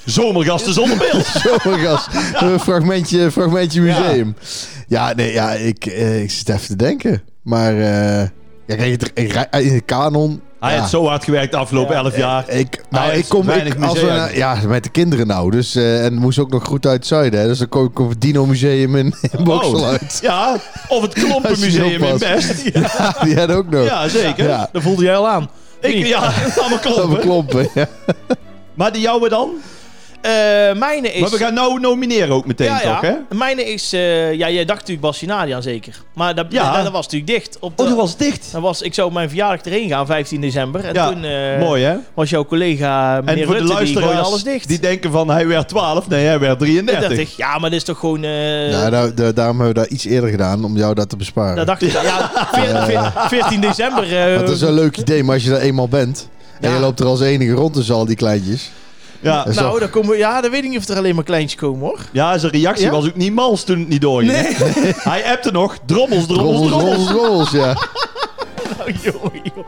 B: zomergasten zonder beeld.
C: Zo, gast. Een fragmentje, fragmentje museum. Ja, nee, ja, ik, eh, ik zit even te denken. Maar... eh, ja, kijk, het- ik rij- eh, in de kanon...
B: Hij
C: ja.
B: heeft zo hard gewerkt de afgelopen
A: Ja.
B: elf jaar.
C: Ik, nou,
B: heeft
C: ik kom
B: weinig
C: ik, als we,
B: musea.
C: Ja, met de kinderen nou. Dus, eh, en moest ook nog goed uit het zuiden. Hè, dus dan kom ik op het Dino Museum in, in Boksel
B: Oh,
C: uit.
B: Ja, of het
C: Als je
B: Klompenmuseum in
C: oppast.
B: Best. Ja,
C: Die had ook nog.
B: zeker.
C: Ja,
A: Dat voelde jij al aan.
B: Ik, ja, allemaal
C: dat
B: klompen.
C: beklompen. Ja.
B: Maar die jouwe dan?
A: Eh, mijne is...
B: Maar we gaan nou nomineren ook meteen,
A: ja, ja.
B: toch, hè?
A: Mijne is... eh, ja, jij dacht natuurlijk Bassinadi aan zeker. Maar dat,
B: Ja.
A: dat, dat was natuurlijk dicht. Op de,
B: Oh, dat was dicht.
A: dat was, ik zou op mijn verjaardag erheen gaan, 15 december. En
B: Ja,
A: toen eh,
B: Mooi, hè?
A: was jouw collega meneer
B: En voor de
A: Rutte, die gooide
B: luisteraars
A: alles dicht.
B: die denken van hij werd 12, nee, hij werd 33.
A: 30. Ja, maar dat is toch gewoon... eh,
C: Nou, daar- daar- daarom hebben we dat iets eerder gedaan, om jou dat te besparen.
B: Nou,
A: Dat dacht ik. Ja, veer- veer- 14 december. eh,
C: Want dat is een leuk idee, maar als je daar eenmaal bent... en
A: Ja.
C: je loopt er als enige rond tussen al die kleintjes...
B: Ja.
C: Dat is
A: nou,
C: toch-
A: dan komen we, ja, dan weet ik niet of er alleen maar kleintjes komen hoor.
B: ja, zijn reactie
A: Ja?
B: was ook niet mals toen het niet doorging. hè? Hij appte nog, drommels, drommels, drommels.
C: Rommels, rommels, rommels, ja.
A: Nou, joh, joh.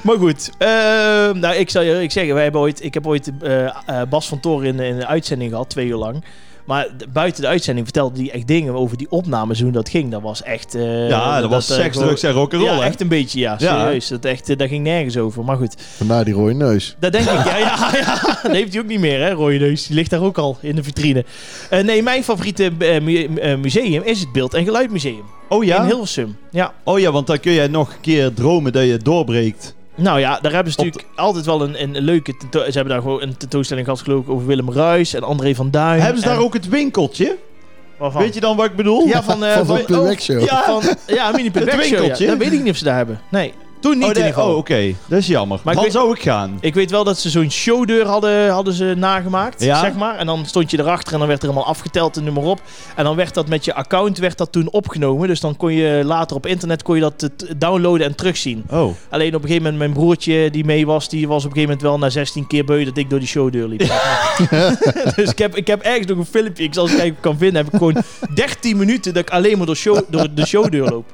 A: Maar goed, ehm, nou, ik zal je ik zeggen, wij hebben ooit, ik heb ooit eh, eh, Bas van Toren in, in een uitzending gehad, twee uur lang. Maar d- buiten de uitzending vertelde hij echt dingen over die opnames, hoe dat ging. Dat was echt... eh,
B: Ja, dat, was
A: eh,
B: seks,
A: gewoon-
B: drugs en rock'n'roll,
A: Ja,
B: hè?
A: echt een beetje, ja.
B: Ja.
A: Serieus, dat, echt, eh, dat ging nergens over. Maar goed,
C: Vandaar die rode neus.
A: Dat denk ik, ja, ja, ja. Dat heeft hij ook niet meer, hè, rode neus. Die ligt daar ook al in de vitrine. Eh, nee, mijn favoriete eh, mu- eh, museum is het Beeld- en Geluidmuseum.
B: Oh ja?
A: In Hilversum. Ja.
B: Oh ja, want dan kun jij nog een keer dromen dat je doorbreekt.
A: Nou ja, daar hebben ze
B: Op
A: natuurlijk altijd wel een, een leuke... tento- Ze hebben daar gewoon een tentoonstelling gehad, geloof ik, over Willem Ruijs en André van Duin.
B: Hebben ze
A: en-
B: daar ook het winkeltje?
A: waarvan?
B: Weet je dan wat ik bedoel?
A: Ja, van... eh,
C: Van
A: van,
C: de Playback Show.
A: oh,
B: Ja.
A: van- ja, mini Playback Show, ja.
B: winkeltje.
A: Dat weet ik niet of ze daar hebben. Nee, toen niet
B: oh,
A: in ieder
B: nee,
A: geval.
B: oh, oké. Dat is jammer.
A: Maar ik
B: dan
A: weet-
B: zou ik gaan.
A: Ik weet wel dat ze zo'n showdeur hadden, hadden ze nagemaakt,
B: Ja.
A: zeg maar. En dan stond je erachter en dan werd er helemaal afgeteld, een nummer op. En dan werd dat met je account werd dat toen opgenomen. Dus dan kon je later op internet kon je dat eh, t- downloaden en terugzien.
B: Oh.
A: Alleen op een gegeven moment mijn broertje die mee was, die was op een gegeven moment wel na 16 keer beu dat ik door die showdeur liep. dus ik heb, ik heb ergens nog een filmpje, ik zal eens kijken of ik kan vinden, heb ik gewoon 13 minuten dat ik alleen maar door, show, door de showdeur loop.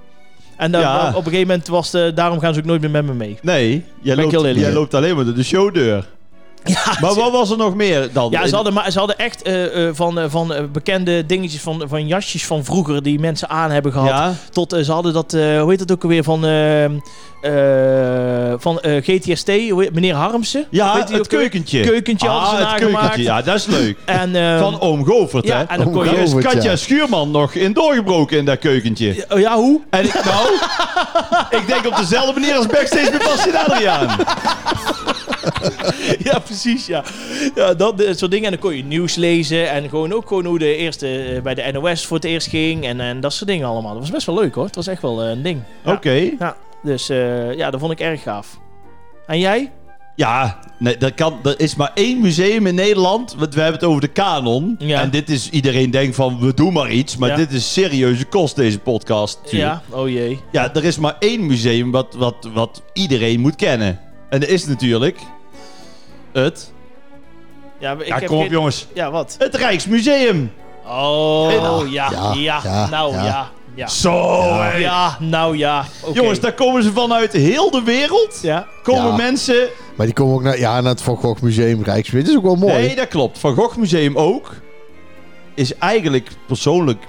A: En dan,
B: Ja.
A: op een gegeven moment was de, daarom gaan ze ook nooit meer met me mee.
B: Nee, jij,
A: Ben ik
B: loopt,
A: heel eerlijk.
B: jij loopt alleen maar door de showdeur.
A: Ja,
B: Maar wat was er nog meer dan?
A: Ja,
B: In-
A: ze hadden, maar, ze hadden echt eh, eh, van, eh, van eh, bekende dingetjes, van, van jasjes van vroeger die mensen aan hebben gehad.
B: Ja,
A: Tot eh, ze hadden dat, eh, hoe heet dat ook alweer, van, ehm, eh, van eh, GTST, hoe heet- meneer Harmsen.
B: ja
A: Weet
B: het
A: die ook alweer?
B: keukentje.
A: Keukentje hadden ze
B: ah, het
A: nagemaakt.
B: keukentje. Ja, dat is leuk.
A: En, ehm,
B: Van oom Govert,
A: ja,
B: hè?
A: en dan kon
B: Daar
A: je... dus-
B: is
C: Govert, ja.
B: Katja Schuurman nog in doorgebroken in dat keukentje.
A: Oh ja, hoe?
B: En ik, nou, ik denk op dezelfde manier als backstage met Bastien Adriaan.
A: ja, precies, ja. ja dat eh, soort dingen. En dan kon je nieuws lezen. En gewoon ook gewoon hoe de eerste eh, bij de NOS voor het eerst ging. En, en dat soort dingen allemaal. Dat was best wel leuk, hoor. Het was echt wel eh, een ding. Ja.
B: Oké.
A: Ja, dus eh, ja, dat vond ik erg gaaf. En jij?
B: Ja, nee, er, kan, er is maar één museum in Nederland. Want we hebben het over de kanon.
A: Ja.
B: En dit is, iedereen denkt van, we doen maar iets. Maar
A: Ja.
B: dit is serieuze kost, deze podcast. natuurlijk.
A: Ja, oh jee.
B: ja, er is maar één museum wat, wat, wat iedereen moet kennen. En dat is natuurlijk het
A: Ja, maar ik
B: Ja,
A: heb
B: kom op
A: geen-
B: jongens.
A: Ja, wat?
B: Het Rijksmuseum.
A: Oh, ja, ja,
C: ja, ja,
A: nou ja,
C: ja.
A: ja. Ja,
B: Zo, hé.
A: nou ja. Oké.
B: Jongens, daar komen ze vanuit heel de wereld.
A: Ja.
B: Komen
C: Ja.
B: mensen...
C: Maar die komen ook naar, ja, naar het Van Gogh Museum Rijksmuseum. Dat is ook wel mooi.
B: Nee, dat klopt. Van Gogh Museum ook. Is eigenlijk persoonlijk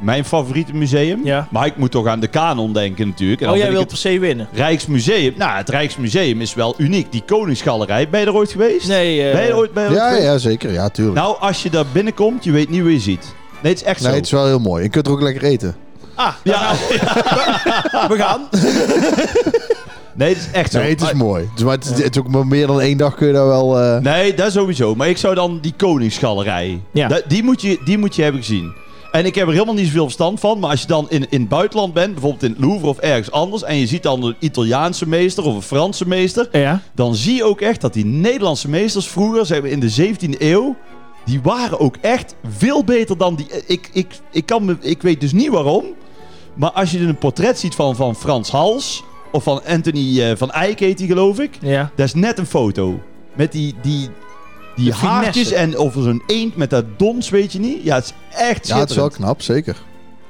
B: mijn favoriete museum.
A: Ja.
B: Maar ik moet toch aan de kanon denken natuurlijk. En
A: Oh,
B: dan
A: jij
B: vind
A: wilt
B: ik
A: per se winnen?
B: het Rijksmuseum. Nou, het Rijksmuseum is wel uniek. Die Koningsgalerij. Ben je er ooit geweest?
A: Nee, eh,
B: Ben je er ooit, ben je er ooit
C: ja,
B: geweest?
C: ja, zeker. Ja, tuurlijk.
B: Nou, als je daar binnenkomt, je weet niet wat je ziet. Nee, het is echt
C: nee,
B: zo.
C: het is wel heel mooi. Je kunt er ook lekker eten.
A: Ah,
B: Ja.
A: we gaan.
B: Nee, het is echt zo.
C: Nee, het is
B: Maar-
C: mooi. Het is, maar het is, het is ook maar meer dan één dag kun je daar wel... eh,
B: Nee, dat sowieso. Maar ik zou dan die Koningsgalerij.
A: Ja.
B: Da- die, moet je, die moet je hebben gezien. En ik heb er helemaal niet zoveel verstand van. Maar als je dan in, in het buitenland bent, bijvoorbeeld in het Louvre of ergens anders. en je ziet dan een Italiaanse meester of een Franse meester.
A: Ja.
B: dan zie je ook echt dat die Nederlandse meesters vroeger, zeg maar in de 17e eeuw. die waren ook echt veel beter dan die. Ik, ik, ik, kan me, ik weet dus niet waarom. Maar als je een portret ziet van, van Frans Hals. of van Anthony eh, van Eyck heet die, geloof ik.
A: Ja.
B: Dat is net een foto. Met die, die, die
A: De finesse.
B: haartjes en of er zo'n eend met dat dons, weet je niet. Ja, het is echt
C: ja, het is wel
B: schitterend.
C: knap, zeker.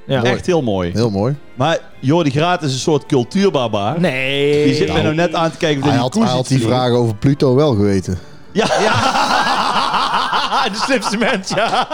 A: ja.
B: echt heel mooi.
C: Heel mooi.
B: Maar Jordi Graat is een soort cultuurbarbaar.
A: Nee.
B: Die zit mij nou net aan te kijken of
C: Hij
B: hij
C: had, hij had die vragen over Pluto wel geweten.
B: Ja,
A: Ja, de slimste mens, ja.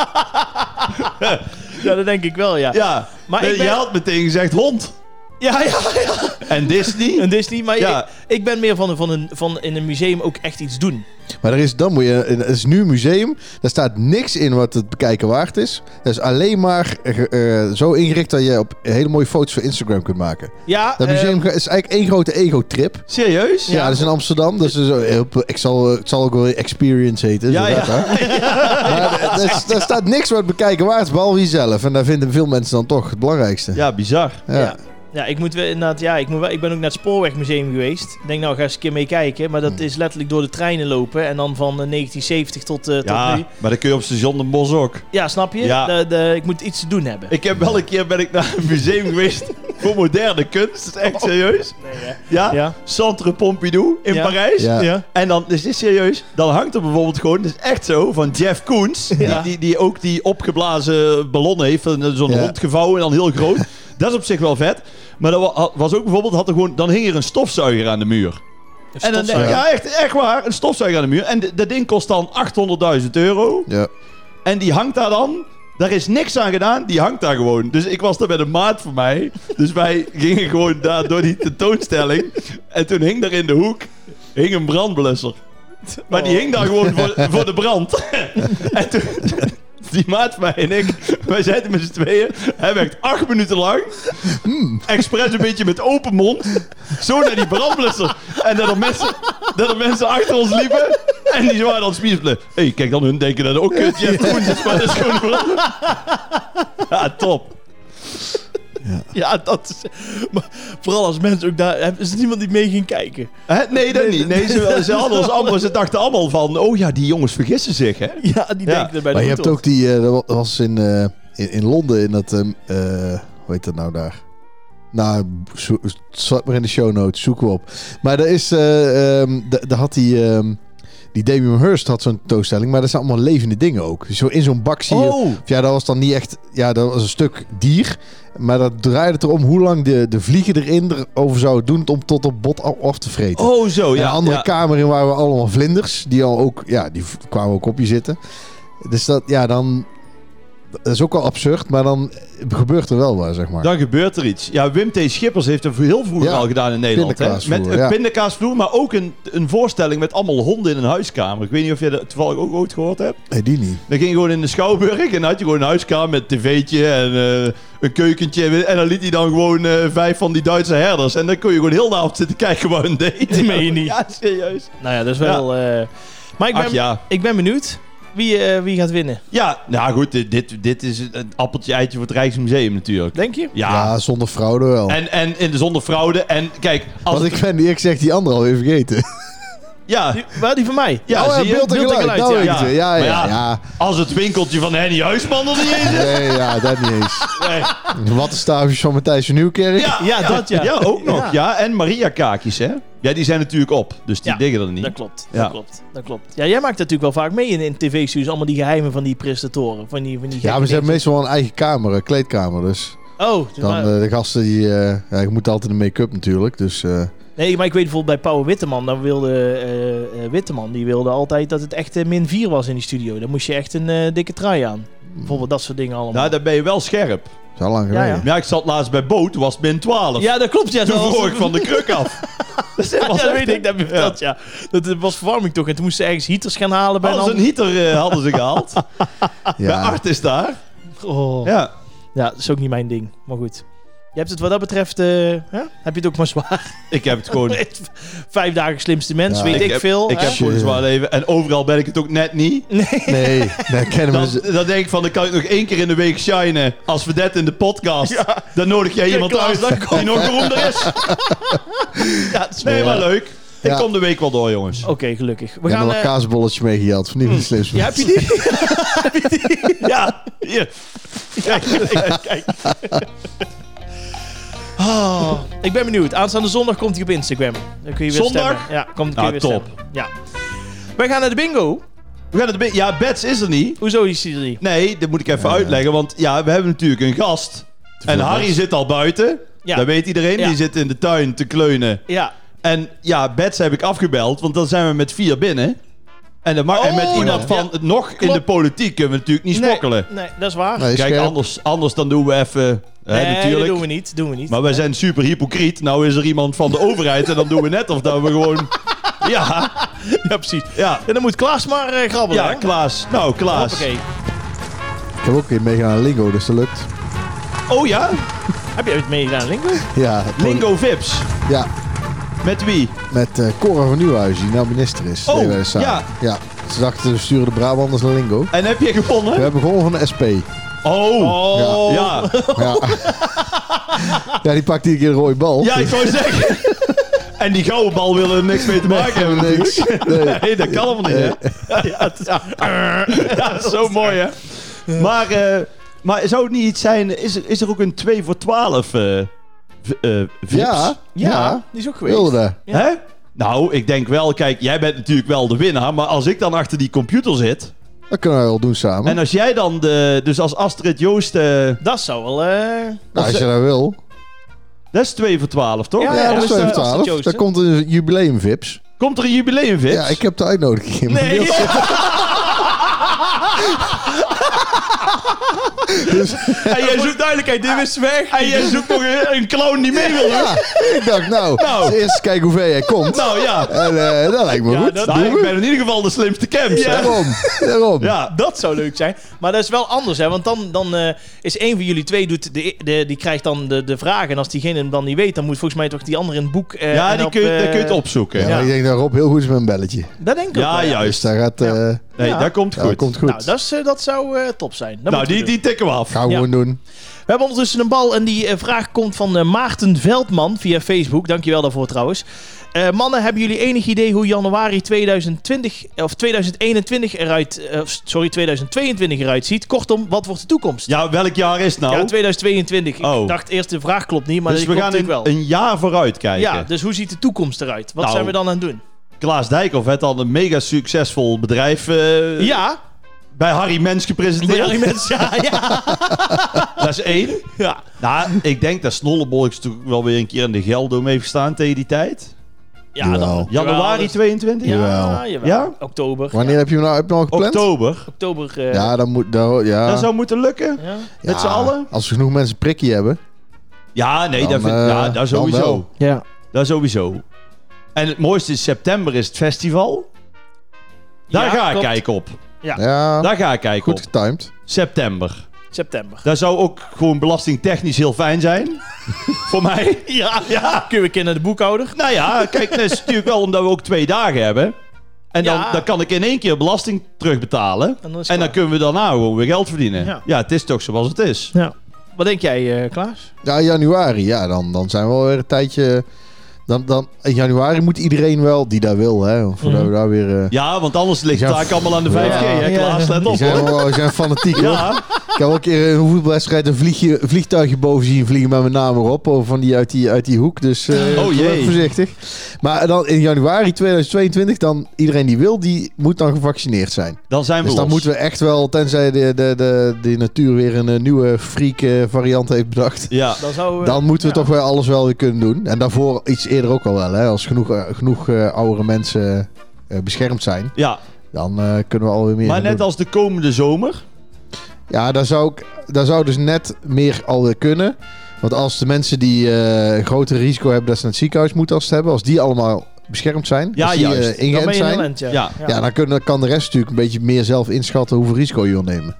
A: ja, dat denk ik wel, ja.
B: ja.
A: Maar
B: Maar
A: ik ben-
B: je had meteen gezegd hond.
A: Ja, ja, ja.
B: En Disney.
A: Een Disney, maar
B: Ja.
A: ik, ik ben meer van, een- van, een, van in een museum ook echt iets doen.
C: Maar er is, dan moet je, het is nu een museum. Daar staat niks in wat het bekijken waard is. Dat is alleen maar eh, eh, zo ingericht dat je op hele mooie foto's voor Instagram kunt maken.
A: Ja,
C: Dat
B: Ehm.
A: eh,
C: museum is eigenlijk één grote ego-trip.
B: Serieus?
C: Ja, dat is in Amsterdam. Dus dat is, eh, heel- ik zal, eh, het zal ook wel weer Experience heten.
B: Ja,
C: Ja, ja. Maar eh, daar is- daar staat niks wat bekijken waard, behalve jezelf. En daar vinden veel mensen dan toch het belangrijkste.
B: Ja, bizar.
C: Ja.
A: Ja. Ja, ik, moet wel, inderdaad, ja ik, moet wel, ik ben ook naar het Spoorwegmuseum geweest. Ik denk, nou, ga eens een keer mee kijken. Maar
C: Hmm.
A: dat is letterlijk door de treinen lopen. En dan van eh, 1970 tot, eh, tot nu.
B: Ja, maar dan kun je op station de Bos ook.
A: Ja, snap je?
B: Ja.
A: De- de- ik moet iets te doen hebben.
B: Ik heb wel een keer ben ik naar een museum geweest voor moderne kunst. Dat is echt serieus.
A: Nee, hè?
B: Oh. Ja?
A: Ja.
B: Centre Pompidou in
A: Ja.
B: Parijs.
C: Ja.
A: Ja.
B: En dan, dus dit is serieus, dan hangt er bijvoorbeeld gewoon, dat is echt zo, van Jeff Koons,
A: Ja.
B: die, die, die ook die opgeblazen ballon heeft, en zo'n
C: Ja.
B: rond gevouwen en dan heel groot. dat is op zich wel vet. Maar dat wa- was ook bijvoorbeeld, had er gewoon, dan hing er een stofzuiger aan de muur. En dan denk ik,
A: Stofzuiger.
B: ja, echt, echt waar, een stofzuiger aan de muur. En d- dat ding kost dan 800.000 euro.
C: Ja.
B: En die hangt daar dan. Daar is niks aan gedaan, die hangt daar gewoon. Dus ik was daar met een maat van mij. Dus wij gingen gewoon daar door die tentoonstelling. En toen hing daar in de hoek hing een brandblusser. Maar die
A: Oh.
B: hing daar gewoon voor, voor de brand. en toen... Die maat van mij en ik, wij zaten met z'n tweeën. Hij werkt acht minuten lang. Expres een beetje met open mond. Zo naar die brandblusser. En dat er mensen, dat er mensen achter ons liepen. En die waren aan het spiezen. Hé, hey, kijk dan, hun denken dat het ook kut Jeff Koons is. Maar dat is gewoon brand. Ja, top.
A: Ja, dat is... Maar vooral als mensen ook daar... Is er niemand die mee ging kijken?
B: Hè? Nee, dat niet. Nee, ze, ze hadden ons allemaal, ze dachten allemaal van... Oh ja, die jongens vergissen zich, hè.
A: Ja, die denken
B: Ja.
A: er bij de
C: Maar
A: hoed
C: je hebt
A: op.
C: ook die, eh, dat wa- was in, eh, in, in Londen, in dat, ehm, eh, hoe heet dat nou daar? Nou, zo, zat maar in de show notes, zoeken we op. Maar er is, eh, ehm, da- daar had die, ehm, die Damien Hirst had zo'n toonstelling, maar dat zijn allemaal levende dingen ook. Zo in zo'n bak zie je,
A: Oh.
C: of ja, dat was dan niet echt, ja, dat was een stuk dier, maar dat draaide het erom hoe lang de, de vliegen erin erover zouden doen om tot op bot af af te vreten.
B: Oh, zo,
C: En
B: ja.
C: een andere
B: ja.
C: kamer in waren we allemaal vlinders. Die al ook, ja, die v- kwamen ook op je zitten. Dus dat, ja, dan. Dat is ook wel absurd, maar dan gebeurt er wel wat, zeg maar.
B: Dan gebeurt er iets. Ja, Wim T. Schippers heeft dat heel vroeger
C: Ja,
B: al gedaan in Nederland. Hè? Met
C: pindakaasvloer,
B: een
C: ja.
B: pindakaasvloer, maar ook een, een voorstelling met allemaal honden in een huiskamer. Ik weet niet of je dat toevallig ook ooit gehoord hebt.
C: Nee, die niet.
B: Dan ging je gewoon in de Schouwburg en dan had je gewoon een huiskamer met tv'tje en eh, een keukentje. En dan liet hij dan gewoon eh, vijf van die Duitse herders. En dan kon je gewoon heel de avond zitten kijken wat hun deed.
A: Dat meen je niet.
B: Ja, serieus.
A: Nou ja, dat is wel... eh, Maar ik
B: Ach
A: ben,
B: ja.
A: ik ben benieuwd wie, eh, wie gaat winnen.
B: Ja, nou goed, dit- dit, dit is een appeltje-eitje voor het Rijksmuseum natuurlijk.
A: Denk je?
C: Ja,
B: Ja,
C: zonder fraude wel.
B: en, en, en zonder fraude. En kijk, als
C: Want
B: het-
C: ik ben die, ik zeg die andere alweer vergeten.
B: Ja,
A: Die, waar die van mij?
B: Ja,
A: oh,
B: zie je?
A: beeld en geluid.
C: nou weet
A: ja.
C: ik het weer. Ja, ja, ja.
B: Maar ja. als het winkeltje van Henny Huisman er niet eens is.
C: Nee, ja, dat niet eens.
B: Nee.
C: Wat de staafjes van Matthijs van Nieuwkerk.
A: Ja, dat ja.
B: Ja, ook nog. Ja, en Maria Kaakjes, hè? Ja, die zijn natuurlijk op, dus die
A: Ja,
B: diggen er niet.
A: Dat klopt,
B: Ja.
A: dat klopt, dat klopt. Ja, jij maakt dat natuurlijk wel vaak mee in, in tv-studios. Allemaal die geheimen van die presentatoren. Van die, van die
C: Ja,
A: gekke
C: we zijn
A: dingetjes.
C: meestal wel een eigen kamer, een kleedkamer. Dus
A: Oh, dus
C: dan
A: maar-
C: eh, de gasten die. eh, ja, je moet altijd een make-up natuurlijk. Dus eh,
A: nee, maar ik weet bijvoorbeeld bij Pauw Witteman. Dan wilde eh, eh, Witteman, die wilde altijd dat het echt eh, min 4 was in die studio. Dan moest je echt een eh, dikke trui aan. Bijvoorbeeld dat soort dingen allemaal.
B: Nou, dan ben je wel scherp.
C: dat is al lang
A: Ja,
C: geleden.
B: Ja, ik zat laatst bij Boot, was het min 12.
A: ja, dat klopt. Ja,
B: Toen
A: was-
B: vroeg ik van de kruk af. Dus dat was
A: Ja, dat
B: echt-
A: weet ik, dat heb je verteld, ja. Dat eh, was verwarming toch. En toen moesten ze ergens heaters gaan halen bij een
B: Hadden ze een heater eh, hadden ze gehaald. Bij
C: Ja.
B: Art is daar.
A: ander- Oh.
B: Ja.
A: Ja, dat is ook niet mijn ding. Maar goed. Je hebt het wat dat betreft... eh, hè? Heb je het ook maar zwaar.
B: Ik heb het gewoon...
A: Vijf dagen slimste mens,
C: Ja.
A: weet ik,
B: heb,
A: veel.
B: Ik
A: hè?
B: heb gewoon een zwaar leven. En overal ben ik het ook net niet.
C: Nee, daar kennen we
B: Dan,
C: ze.
B: dan denk ik van, dan kan ik nog één keer in de week shinen. Als we dat in de podcast. Dan nodig jij iemand
A: Klaas,
B: uit
A: dan
B: die nog beroemder is.
A: Ja, dat is wel-
B: Nee, maar leuk.
C: Ja.
B: Ik kom de week wel door, jongens.
A: Oké, gelukkig. We
C: We hebben
A: gaan...
C: wel
A: eh,
C: kaasbolletjes meegehaald. Van die van de slimste.
A: ja, heb je die?
B: Ja, hier. Kijk, kijk, kijk.
A: Oh, ik ben benieuwd. Aanstaande zondag komt hij op Instagram. Dan kun je weer
B: Zondag?
A: stemmen. Ja, komt hij
B: Ah,
A: weer
B: top.
A: stemmen. Ja. Wij gaan naar de bingo.
B: We gaan het be- ja, Bets is er niet.
A: Hoezo is hij er niet?
B: Nee, dat moet ik even uitleggen. Want ja, we hebben natuurlijk een gast. En Harry
C: mensen.
B: zit al buiten.
A: Ja.
B: Dat weet iedereen.
A: Ja.
B: Die zit in de tuin te kleunen.
A: Ja.
B: En ja, Bets heb ik afgebeld, want dan zijn we met vier binnen. En, dat mag, en met
A: Oh,
B: iemand
A: ja.
B: van nog in de politiek kunnen we natuurlijk niet smokkelen.
A: Nee, nee, dat is waar.
C: Nee,
B: Kijk,
C: scherp.
B: anders, anders dan doen we even... Hè,
A: Nee, dat
B: natuurlijk.
A: doen we niet. Doen we niet.
B: Maar wij zijn super hypocriet. Nou is er iemand van de overheid en dan doen we net of dat we gewoon... Ja,
A: Ja, precies.
B: ja.
A: En dan moet Klaas maar eh, grabbelen.
B: Ja,
A: hè?
B: Klaas. Nou, Klaas.
A: Hoppakee.
C: Ik heb ook een keer meegedaan aan Lingo, dus dat lukt.
B: Oh ja?
A: Heb je het meegedaan, Lingo?
C: Ja, het podium-
B: Lingo Vips.
C: Ja,
B: Met wie?
C: met eh Cora van Nieuwhuizen, die nou minister is.
B: Oh,
C: deden wij dat samen.
B: ja.
C: ja. Ze dachten, we sturen de Brabanders naar Lingo.
B: En heb je
C: We
B: gewonnen?
C: hebben gewoon van de SP.
B: Oh.
A: Oh.
B: Ja.
C: Ja, ja die pakt iedere keer een rode bal.
B: Ja, ik wou zeggen. En die gouden bal willen er niks mee te
C: Nee,
B: maken hebben.
C: niks. Nee.
B: Nee, dat kan allemaal niet, hè? Ja, het- ja. Ja, dat is zo mooi, hè? Maar, eh, maar zou het niet iets zijn... Is er, is er ook een 2 voor 12 eh v- eh, vips?
C: Ja,
A: Ja,
C: ja.
A: die is ook geweest.
C: Wilde.
A: Ja.
B: Hè? Nou, ik denk wel... Kijk, jij bent natuurlijk wel de winnaar. Maar als ik dan achter die computer zit...
C: Dat kunnen we wel doen samen.
B: En eh, als jij dan de... Dus als Astrid Joost... eh,
A: Dat zou wel... eh,
C: nou, als
B: als-
C: je dat wil.
B: dat is 2 voor 12, toch?
A: Ja,
C: Ja,
A: ja,
C: dat
A: dus,
C: is 2
A: eh,
C: voor
A: als het
C: 12.
A: Joost,
C: Daar
A: hè?
C: komt een jubileum vips.
B: Komt er een jubileum, Vips?
C: Ja, ik heb de uitnodiging in mijn
A: Nee,
C: mail.
B: Dus- En jij zoekt duidelijkheid, dit is weg. En jij zoekt nog een, een clown die mee wil.
C: Ja, ik dacht nou,
B: Nou.
C: eens eerst kijken hoe ver jij komt.
B: Nou ja,
C: En eh, dat lijkt me
A: Ja,
C: goed.
A: dat-
B: Nou,
C: Doen
B: ik
C: we.
B: ben in ieder geval de slimste camps. hè?
C: Daarom, daarom.
B: Ja, dat
A: Dat zou leuk zijn. Maar dat is wel anders, hè? Want dan, dan eh, is één van jullie twee doet de, de, die krijgt dan de, de vraag. En als diegene hem dan niet weet, dan moet volgens mij toch die andere in het boek. eh,
B: ja
A: en
B: die
A: op,
B: kun, je,
A: eh,
B: daar kun je het opzoeken.
C: Ja,
B: Ja,
C: maar ik denk dat Rob heel goed is met een belletje.
A: Dat denk ik ook. wel, ja.
C: Dus
B: juist.
C: daar gaat... eh
A: Ja.
B: Nee,
A: Ja.
B: dat komt
C: ja,
B: goed.
C: dat komt goed.
A: Nou, dat, is, eh, dat zou eh, top zijn. Dat
B: nou,
A: moeten we
B: die,
A: doen.
B: die tikken we af.
C: Gaan we
A: Ja.
C: gewoon doen.
A: We hebben ondertussen een bal en die eh, vraag komt van eh, Maarten Veldman via Facebook. Dankjewel daarvoor trouwens. Eh, mannen, hebben jullie enig idee hoe januari 2020 of 2021 eruit, eh, of sorry 2022 eruit ziet? Kortom, wat wordt de toekomst?
B: Ja, welk jaar is het nou?
A: Ja, 2022. Ik
B: Oh.
A: dacht eerst de vraag klopt niet, maar
B: dus
A: die
B: we
A: klopt
B: gaan een,
A: natuurlijk wel.
B: een jaar vooruit kijken.
A: ja, dus hoe ziet de toekomst eruit? Wat
B: Nou.
A: zijn we dan aan het doen?
B: Klaas Dijkhoff heeft al een mega succesvol bedrijf eh,
A: ja,
B: bij Harry Mens
A: voor
B: gepresenteerd.
A: al die mensen. Ja, ja.
B: Dat is één.
A: ja.
B: Nou, ik denk dat Snollebolks toch wel weer een keer in de Geldo mee heeft gestaan tegen die tijd.
A: Ja, dan-
C: Jawel.
A: jawel,
B: Januari
A: dus-
B: 22?
A: Ja,
C: Jawel.
A: jawel.
B: Ja?
A: Oktober.
C: Wanneer
A: Ja,
C: heb je hem nou, heb je hem al gepland?
B: Oktober.
A: oktober. eh,
C: Ja, dan moet... Dan, ja.
B: Dat zou moeten lukken.
A: ja.
C: Ja,
B: met z'n allen?
C: Als we genoeg mensen een prikkie hebben.
B: Ja, nee,
C: Dan,
B: dat, vind,
C: eh,
B: ja, dat
C: dan
B: sowieso.
C: wel.
A: ja.
B: Dat sowieso. En het mooiste is september is het festival. Daar
A: Ja,
B: ga ik
A: klopt.
B: kijken op.
C: Ja,
B: Daar ga ik kijken
C: goed
B: op.
C: getimed.
B: September.
A: September.
B: Dat zou ook gewoon belastingtechnisch heel fijn zijn. voor mij.
A: Ja, ja. Kun je weer keer naar de boekhouder?
B: Nou ja, kijk, dat is natuurlijk wel omdat we ook twee dagen hebben. En dan,
A: Ja.
B: dan kan ik in één keer belasting terugbetalen.
A: En dan is het
B: En dan
A: klaar.
B: kunnen we daarna gewoon weer geld verdienen.
A: Ja.
B: Ja, het is toch zoals het is.
A: Wat denk jij, eh, Klaas?
C: Ja, januari. Ja, dan, dan zijn we alweer een tijdje... Dan, dan, in januari moet iedereen wel, die daar wil, hè, voordat we daar weer... eh,
B: Mhm. Ja, want anders ligt
C: Ja,
B: de taak allemaal aan de 5G. Hè,
A: ja.
B: Klaas, let
C: die
B: op
C: zijn,
B: hoor.
C: wel, die zijn fanatiek, hoor.
B: Ja,
C: Ik heb wel een keer in een voetbalwedstrijd een vliegje, een vliegtuigje boven zien vliegen met mijn naam erop. Of van die uit die, uit die hoek. Dus eh,
B: Oh,
C: doe
B: jee.
C: even voorzichtig. Maar dan in januari 2022, dan iedereen die wil, die moet dan gevaccineerd zijn.
B: dan zijn we
C: Dus dan
B: los.
C: moeten we echt wel, tenzij de, de, de, de natuur weer een eh, nieuwe freak eh, variant heeft bedacht.
B: Ja,
A: Dan, zou, eh,
C: Dan moeten we
A: ja.
C: toch wel alles wel weer kunnen doen. En daarvoor iets eerder ook al wel. Hè. Als genoeg, eh, genoeg eh, oudere mensen eh, beschermd zijn,
B: ja.
C: dan eh, kunnen we alweer meer
B: maar
C: gaan
B: net
C: doen.
B: als de komende zomer.
C: Ja, daar zou, ik, daar zou dus net meer alweer kunnen. Want als de mensen die eh een groter risico hebben dat ze naar het ziekenhuis moeten als ze het hebben, als die allemaal beschermd zijn,
B: Ja,
C: als die eh,
B: juist.
A: Dan
C: ingeënt
A: ben je
C: zijn,
A: inherent, ja.
B: Ja.
C: ja, dan kunnen, kan de rest natuurlijk een beetje meer zelf inschatten hoeveel risico je wil nemen.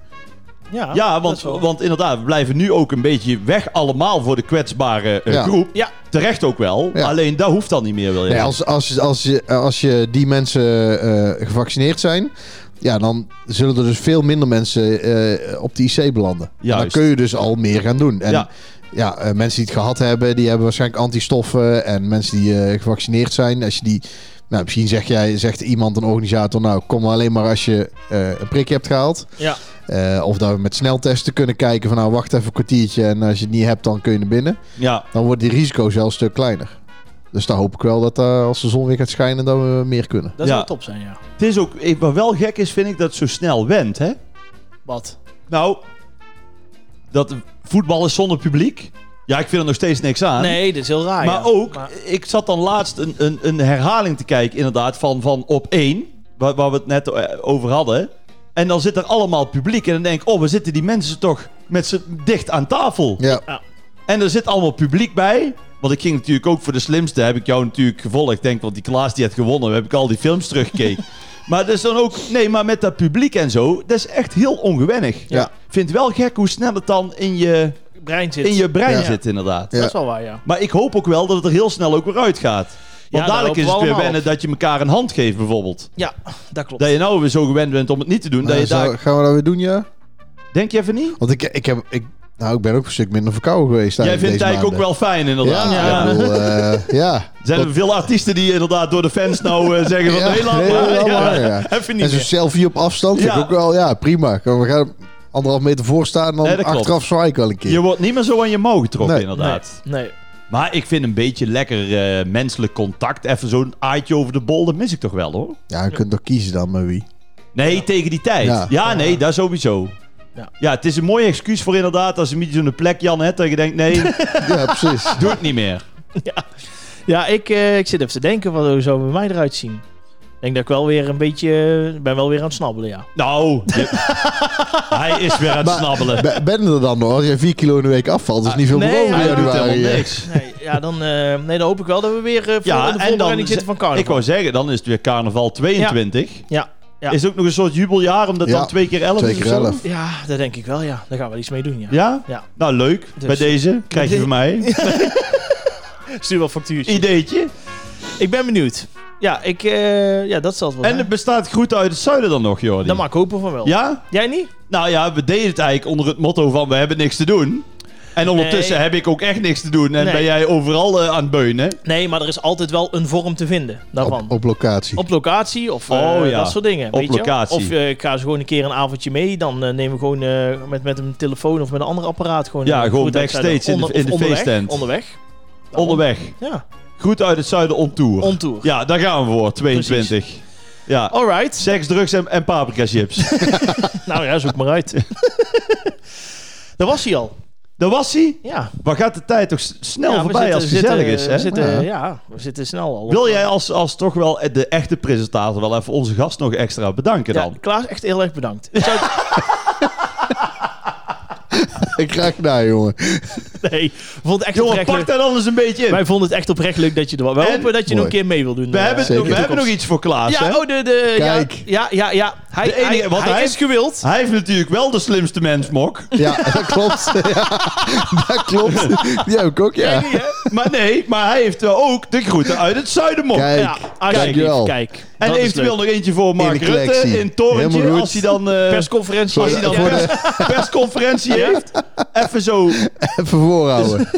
A: Ja,
B: Ja,
A: dat
B: want,
A: is wel-
B: want inderdaad, we blijven nu ook een beetje weg allemaal voor de kwetsbare eh,
C: Ja.
B: groep.
A: Ja.
B: Terecht ook wel.
C: Ja.
B: Alleen dat hoeft dan niet meer, wil je
C: Nee,
B: zeggen.
C: als, als, als, je, als je die mensen eh, gevaccineerd zijn, ja, dan zullen er dus veel minder mensen eh, op de IC belanden. En Dan
B: Juist.
C: kun je dus al meer gaan doen. En
B: Ja.
C: ja. eh, mensen die het gehad hebben, die hebben waarschijnlijk antistoffen. En mensen die eh, gevaccineerd zijn, als je die... Nou, misschien zeg jij, zegt iemand, een organisator, nou, kom maar alleen maar als je eh, een prik hebt gehaald.
A: Ja.
C: Eh, of dat we met sneltesten kunnen kijken van, nou, wacht even een kwartiertje en als je het niet hebt, dan kun je naar binnen
B: Ja.
C: dan wordt die risico's wel een stuk kleiner. Dus daar hoop ik wel dat eh, als de zon weer gaat schijnen, dat we meer kunnen.
A: dat
B: ja.
A: zou top zijn, ja.
B: Het is ook, eh, wat wel gek is, vind ik dat het zo snel went, hè?
A: Wat?
B: Nou, dat voetbal is zonder publiek. Ja, ik vind er nog steeds niks aan.
A: Nee, dat is heel raar.
B: maar
A: Ah, ja.
B: ook,
A: Maar-
B: ik zat dan laatst een, een, een herhaling te kijken, inderdaad, van, van op één, waar, waar we het net eh, over hadden. En dan zit er allemaal publiek en dan denk ik, oh, we zitten die mensen toch met z'n dicht aan tafel.
C: Ja,
B: En er zit allemaal publiek bij. Want ik ging natuurlijk ook voor de slimste. Heb ik jou natuurlijk gevolgd. Denk, want die Klaas die had gewonnen. Heb ik al die films teruggekeken. maar dus dan ook... Nee, maar met dat publiek en zo. Dat is echt heel ongewennig.
C: Ja.
B: Ik vind het wel gek hoe snel het dan in je,
A: brein zit.
B: in je brein
C: Ja.
B: zit inderdaad.
C: Ja.
A: Dat is wel waar, ja.
B: Maar ik hoop ook wel dat het er heel snel ook weer uitgaat. Want
A: Ja, daar
B: dadelijk is
A: hopen we
B: het weer
A: allemaal
B: wennen
A: op.
B: dat je elkaar een hand geeft bijvoorbeeld.
A: Ja, dat klopt.
B: Dat je nou weer zo gewend bent om het niet te doen. dat
C: Nou,
B: je
C: zou-
B: daar...
C: gaan we dat weer doen, ja?
B: Denk je even niet?
C: Want ik, ik, heb, ik, nou, ik ben ook een stuk minder verkouden geweest.
B: Jij vindt
C: eigenlijk
B: het eigenlijk ook
C: deze
B: wel fijn inderdaad.
C: maanden. Ja,
B: Ja.
C: ja. Ik bedoel, eh, ja.
B: Zijn er veel artiesten die inderdaad door de fans nou eh, zeggen van
C: Ja,
B: nee, laat
C: nee,
B: maar.
C: laat
B: Ja.
C: maar, ja.
A: Even
C: En
A: niet
C: zo'n
A: meer.
C: selfie op afstand vind ik
B: Ja.
C: ook wel, ja, prima. Gewoon, We gaan anderhalf meter voor staan en dan
B: Nee, dat klopt.
C: achteraf zwaai ik wel een keer.
B: Je wordt niet meer zo aan je mouw getrokken
C: Nee.
B: inderdaad.
A: Nee. nee.
B: Maar ik vind een beetje lekker eh, menselijk contact. Even zo'n aaitje over de bol, dat mis ik toch wel hoor.
C: Ja, je kunt toch kiezen dan met wie.
B: Nee, tegen die tijd. Ja,
C: Ja.
B: nee, dat sowieso. Ja.
A: Ja.
B: het is een mooi excuus voor inderdaad als je niet zo'n plek Jan hebt dat je denkt nee,
C: Ja, precies.
B: doe het niet meer.
A: Ja, ik, eh, ik zit even te denken wat hoe zou bij mij eruit zien. Ik denk dat ik wel weer een beetje... eh, ben wel weer aan het snabbelen, ja.
B: Nou, je- hij is weer aan het
C: Maar-
B: snabbelen.
C: Be- Ben je er dan nog? Als jij vier kilo in de week afvalt, dat is niet veel
A: nee,
C: verloren
A: hij
C: in
B: Hij doet
C: januari.
B: helemaal
C: eh.
B: niks.
A: Nee, ja, dan, eh, nee, dan hoop ik wel dat we weer eh voor
B: Ja,
A: in de
B: en dan
A: voorbereiding
B: ze-
A: zitten van carnaval.
B: Ik wou zeggen, dan is het weer carnaval 22.
A: Ja, ja.
B: Is het ook nog een soort jubeljaar omdat
C: Ja,
B: dan twee keer 11
C: twee
B: is of
C: keer
B: zo?
C: 11.
A: ja, dat denk ik wel, ja. Daar gaan we iets mee doen, ja.
B: Ja?
A: Ja.
B: Nou, leuk.
A: Dus-
B: Bij deze krijg je van mij
A: Stuur wel factuurtje.
B: ideetje.
A: ik ben benieuwd. Ja, ik, eh, ja dat zal het wel
B: En
A: zijn.
B: er bestaat groeten uit het zuiden dan nog, Jordi?
A: Daar mag ik hopen van wel.
B: Ja?
A: Jij niet?
B: Nou ja, we deden het eigenlijk onder het motto van we hebben niks te doen. En ondertussen
A: Nee.
B: heb ik ook echt niks te doen. En
A: Nee.
B: ben jij overal eh, aan het beunen.
A: Nee, maar er is altijd wel een vorm te vinden daarvan.
C: Op, op locatie.
A: Op locatie of eh,
B: Oh, ja.
A: dat soort dingen.
B: Op
A: weet je?
B: locatie.
A: Of eh, ik ga ze gewoon een keer een avondje mee. Dan eh, nemen we gewoon eh, met, met een telefoon of met een ander apparaat. Gewoon
B: Ja,
A: een
B: gewoon
A: goed uitzenden.
B: backstage in de-
A: Onder-
B: in de
A: of onderweg,
B: feesttent.
A: Onderweg.
B: Onderweg.
A: Ja,
B: Groeten uit het zuiden on tour.
A: on tour.
B: Ja, daar gaan we voor. 22. Ja.
A: Alright.
B: Seks, drugs en, en paprika chips.
A: Nou ja, zoek maar uit. Daar was hij al.
B: daar was hij.
A: Ja.
B: Waar gaat de tijd toch s- snel
A: ja, we
B: Nou, voorbij als het
A: zitten-
B: gezellig
A: zitten-
B: is, hè?
A: We zitten,
C: Ja.
A: ja. we zitten snel al. op- eh,
B: Wil jij als, als toch wel de echte presentator wel even onze gast nog extra bedanken
A: Ja,
B: dan?
A: Klaas, echt heel erg bedankt. Ik zou het-
C: Ik raak naar, jongen.
A: nee, ik vond het echt
B: Jongen,
A: oprecht
B: pak
A: leuk.
B: daar anders een beetje in.
A: Wij vonden het echt oprecht leuk dat je er was. Wij
B: En-
A: hopen dat je nog
C: Mooi.
A: een keer mee wil doen.
B: we
A: eh,
B: hebben,
C: zeker.
B: we hebben nog iets voor Klaas,
A: Ja,
B: hè?
A: oh, de... de ja,
C: Kijk.
A: Ja, ja, ja. Hij,
B: De enige-
A: hij,
B: want
A: hij
B: hij-
A: is gewild.
B: Hij heeft natuurlijk wel de slimste mens, Mok.
C: Ja, dat klopt. Ja, dat klopt. Die heb ik ook, ja.
A: Ken je, hè?
B: Maar nee, maar hij heeft wel ook de groeten uit het zuiden, Mok.
C: Kijk,
A: Ja, alsjeblieft.
C: dankjewel.
A: Kijk.
B: en
A: dat is
B: eventueel
A: leuk.
B: nog eentje voor Mark
C: In de
B: Rutte
C: collectie.
B: in het torentje.
C: Helemaal goed.
B: Als hij dan, eh,
A: persconferentie.
B: als hij dan
A: Ja.
B: pers- persconferentie heeft. Even zo.
C: Even voorhouden.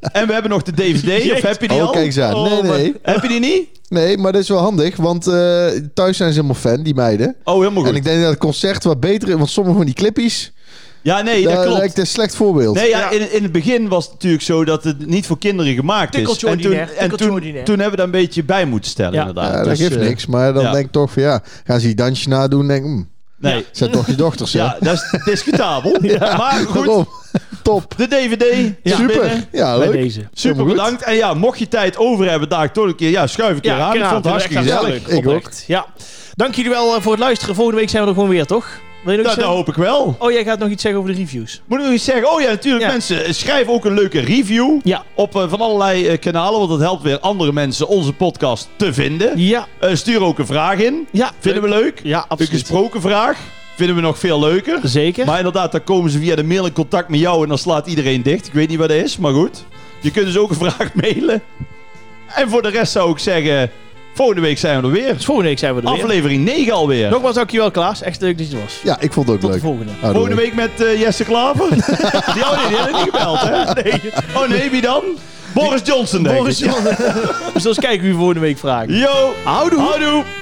B: En we hebben nog de DVD. of
A: Jeet.
B: heb je die
C: Oh,
B: al?
C: kijk eens aan.
A: Oh,
C: nee,
A: maar-
C: nee.
B: Heb je die niet?
C: Nee, maar dat is wel handig, want eh, thuis zijn ze helemaal fan, die meiden.
B: Oh, helemaal
C: En
B: goed.
C: ik denk dat het concert wat beter is, want sommige van die clippies,
B: Ja, nee, dat
C: daar
B: klopt.
C: Nou, lijkt een slecht voorbeeld.
B: Nee, ja,
A: Ja.
B: In, in het begin was het natuurlijk zo dat het niet voor kinderen gemaakt is.
A: Tikkeltje
B: En toen,
A: ordinair,
B: en
A: tikkeltje
B: toen,
A: ordinair.
B: toen hebben we daar een beetje bij moeten stellen,
A: Ja.
B: inderdaad.
C: Ja, dat
B: Dus,
C: geeft
B: eh,
C: niks, maar dan
B: ja.
C: denk ik toch van ja, gaan ze die dansje nadoen, denk ik, hm,
B: Nee,
C: zijn toch je dochters, hè?
B: ja, dat is discutabel. Maar goed,
C: Daarom. Top.
B: de DVD is
C: Super.
B: binnen.
C: Ja,
A: bij
C: leuk.
A: deze.
B: Super
C: Helemaal goed.
B: bedankt. En ja, mocht je tijd over hebben, daar toch een keer. Ja, schuif een keer aan. Ik
A: kanaal,
B: vond het hartstikke
A: echt
B: gezellig.
A: hartstikke
C: gezellig. Ik
A: oprecht. Ja. Dank jullie wel eh, voor het luisteren. Volgende week zijn we er gewoon weer, toch? Wil je nog
B: Dat,
A: iets
B: Nou, dat
A: zeggen?
B: hoop ik wel.
A: Oh, jij gaat nog iets zeggen over de reviews.
B: Moet ik nog iets zeggen? Oh ja, natuurlijk.
A: Ja.
B: Mensen, schrijf ook een leuke review
A: Ja.
B: op eh, van allerlei eh, kanalen. Want dat helpt weer andere mensen onze podcast te vinden.
A: Ja.
B: Eh, stuur ook een vraag in.
A: Ja.
B: Vinden we leuk?
A: Ja,
B: Een
A: absoluut.
B: gesproken vraag. Vinden we nog veel leuker.
A: Zeker.
B: Maar inderdaad, dan komen ze via de mail in contact met jou en dan slaat iedereen dicht. Ik weet niet wat dat is, maar goed. Je kunt dus ook een vraag mailen. En voor de rest zou ik zeggen, volgende week zijn we er weer.
A: Dus volgende week zijn we er weer.
B: Aflevering 9 alweer.
A: Nogmaals dankjewel, Klaas. Echt leuk dat je er was.
C: Ja, ik vond het ook
A: Tot de
C: leuk.
A: volgende.
C: Ah, doei.
B: Volgende week met eh, Jesse Klaver. die, oh nee, die hebben niet gebeld, hè? Nee. Oh nee, wie dan? Boris Johnson, denk
A: Boris
B: ik.
A: Johnson. dus eens kijken wie we volgende week vragen.
B: Yo,
A: Houdoe.
B: houdoe.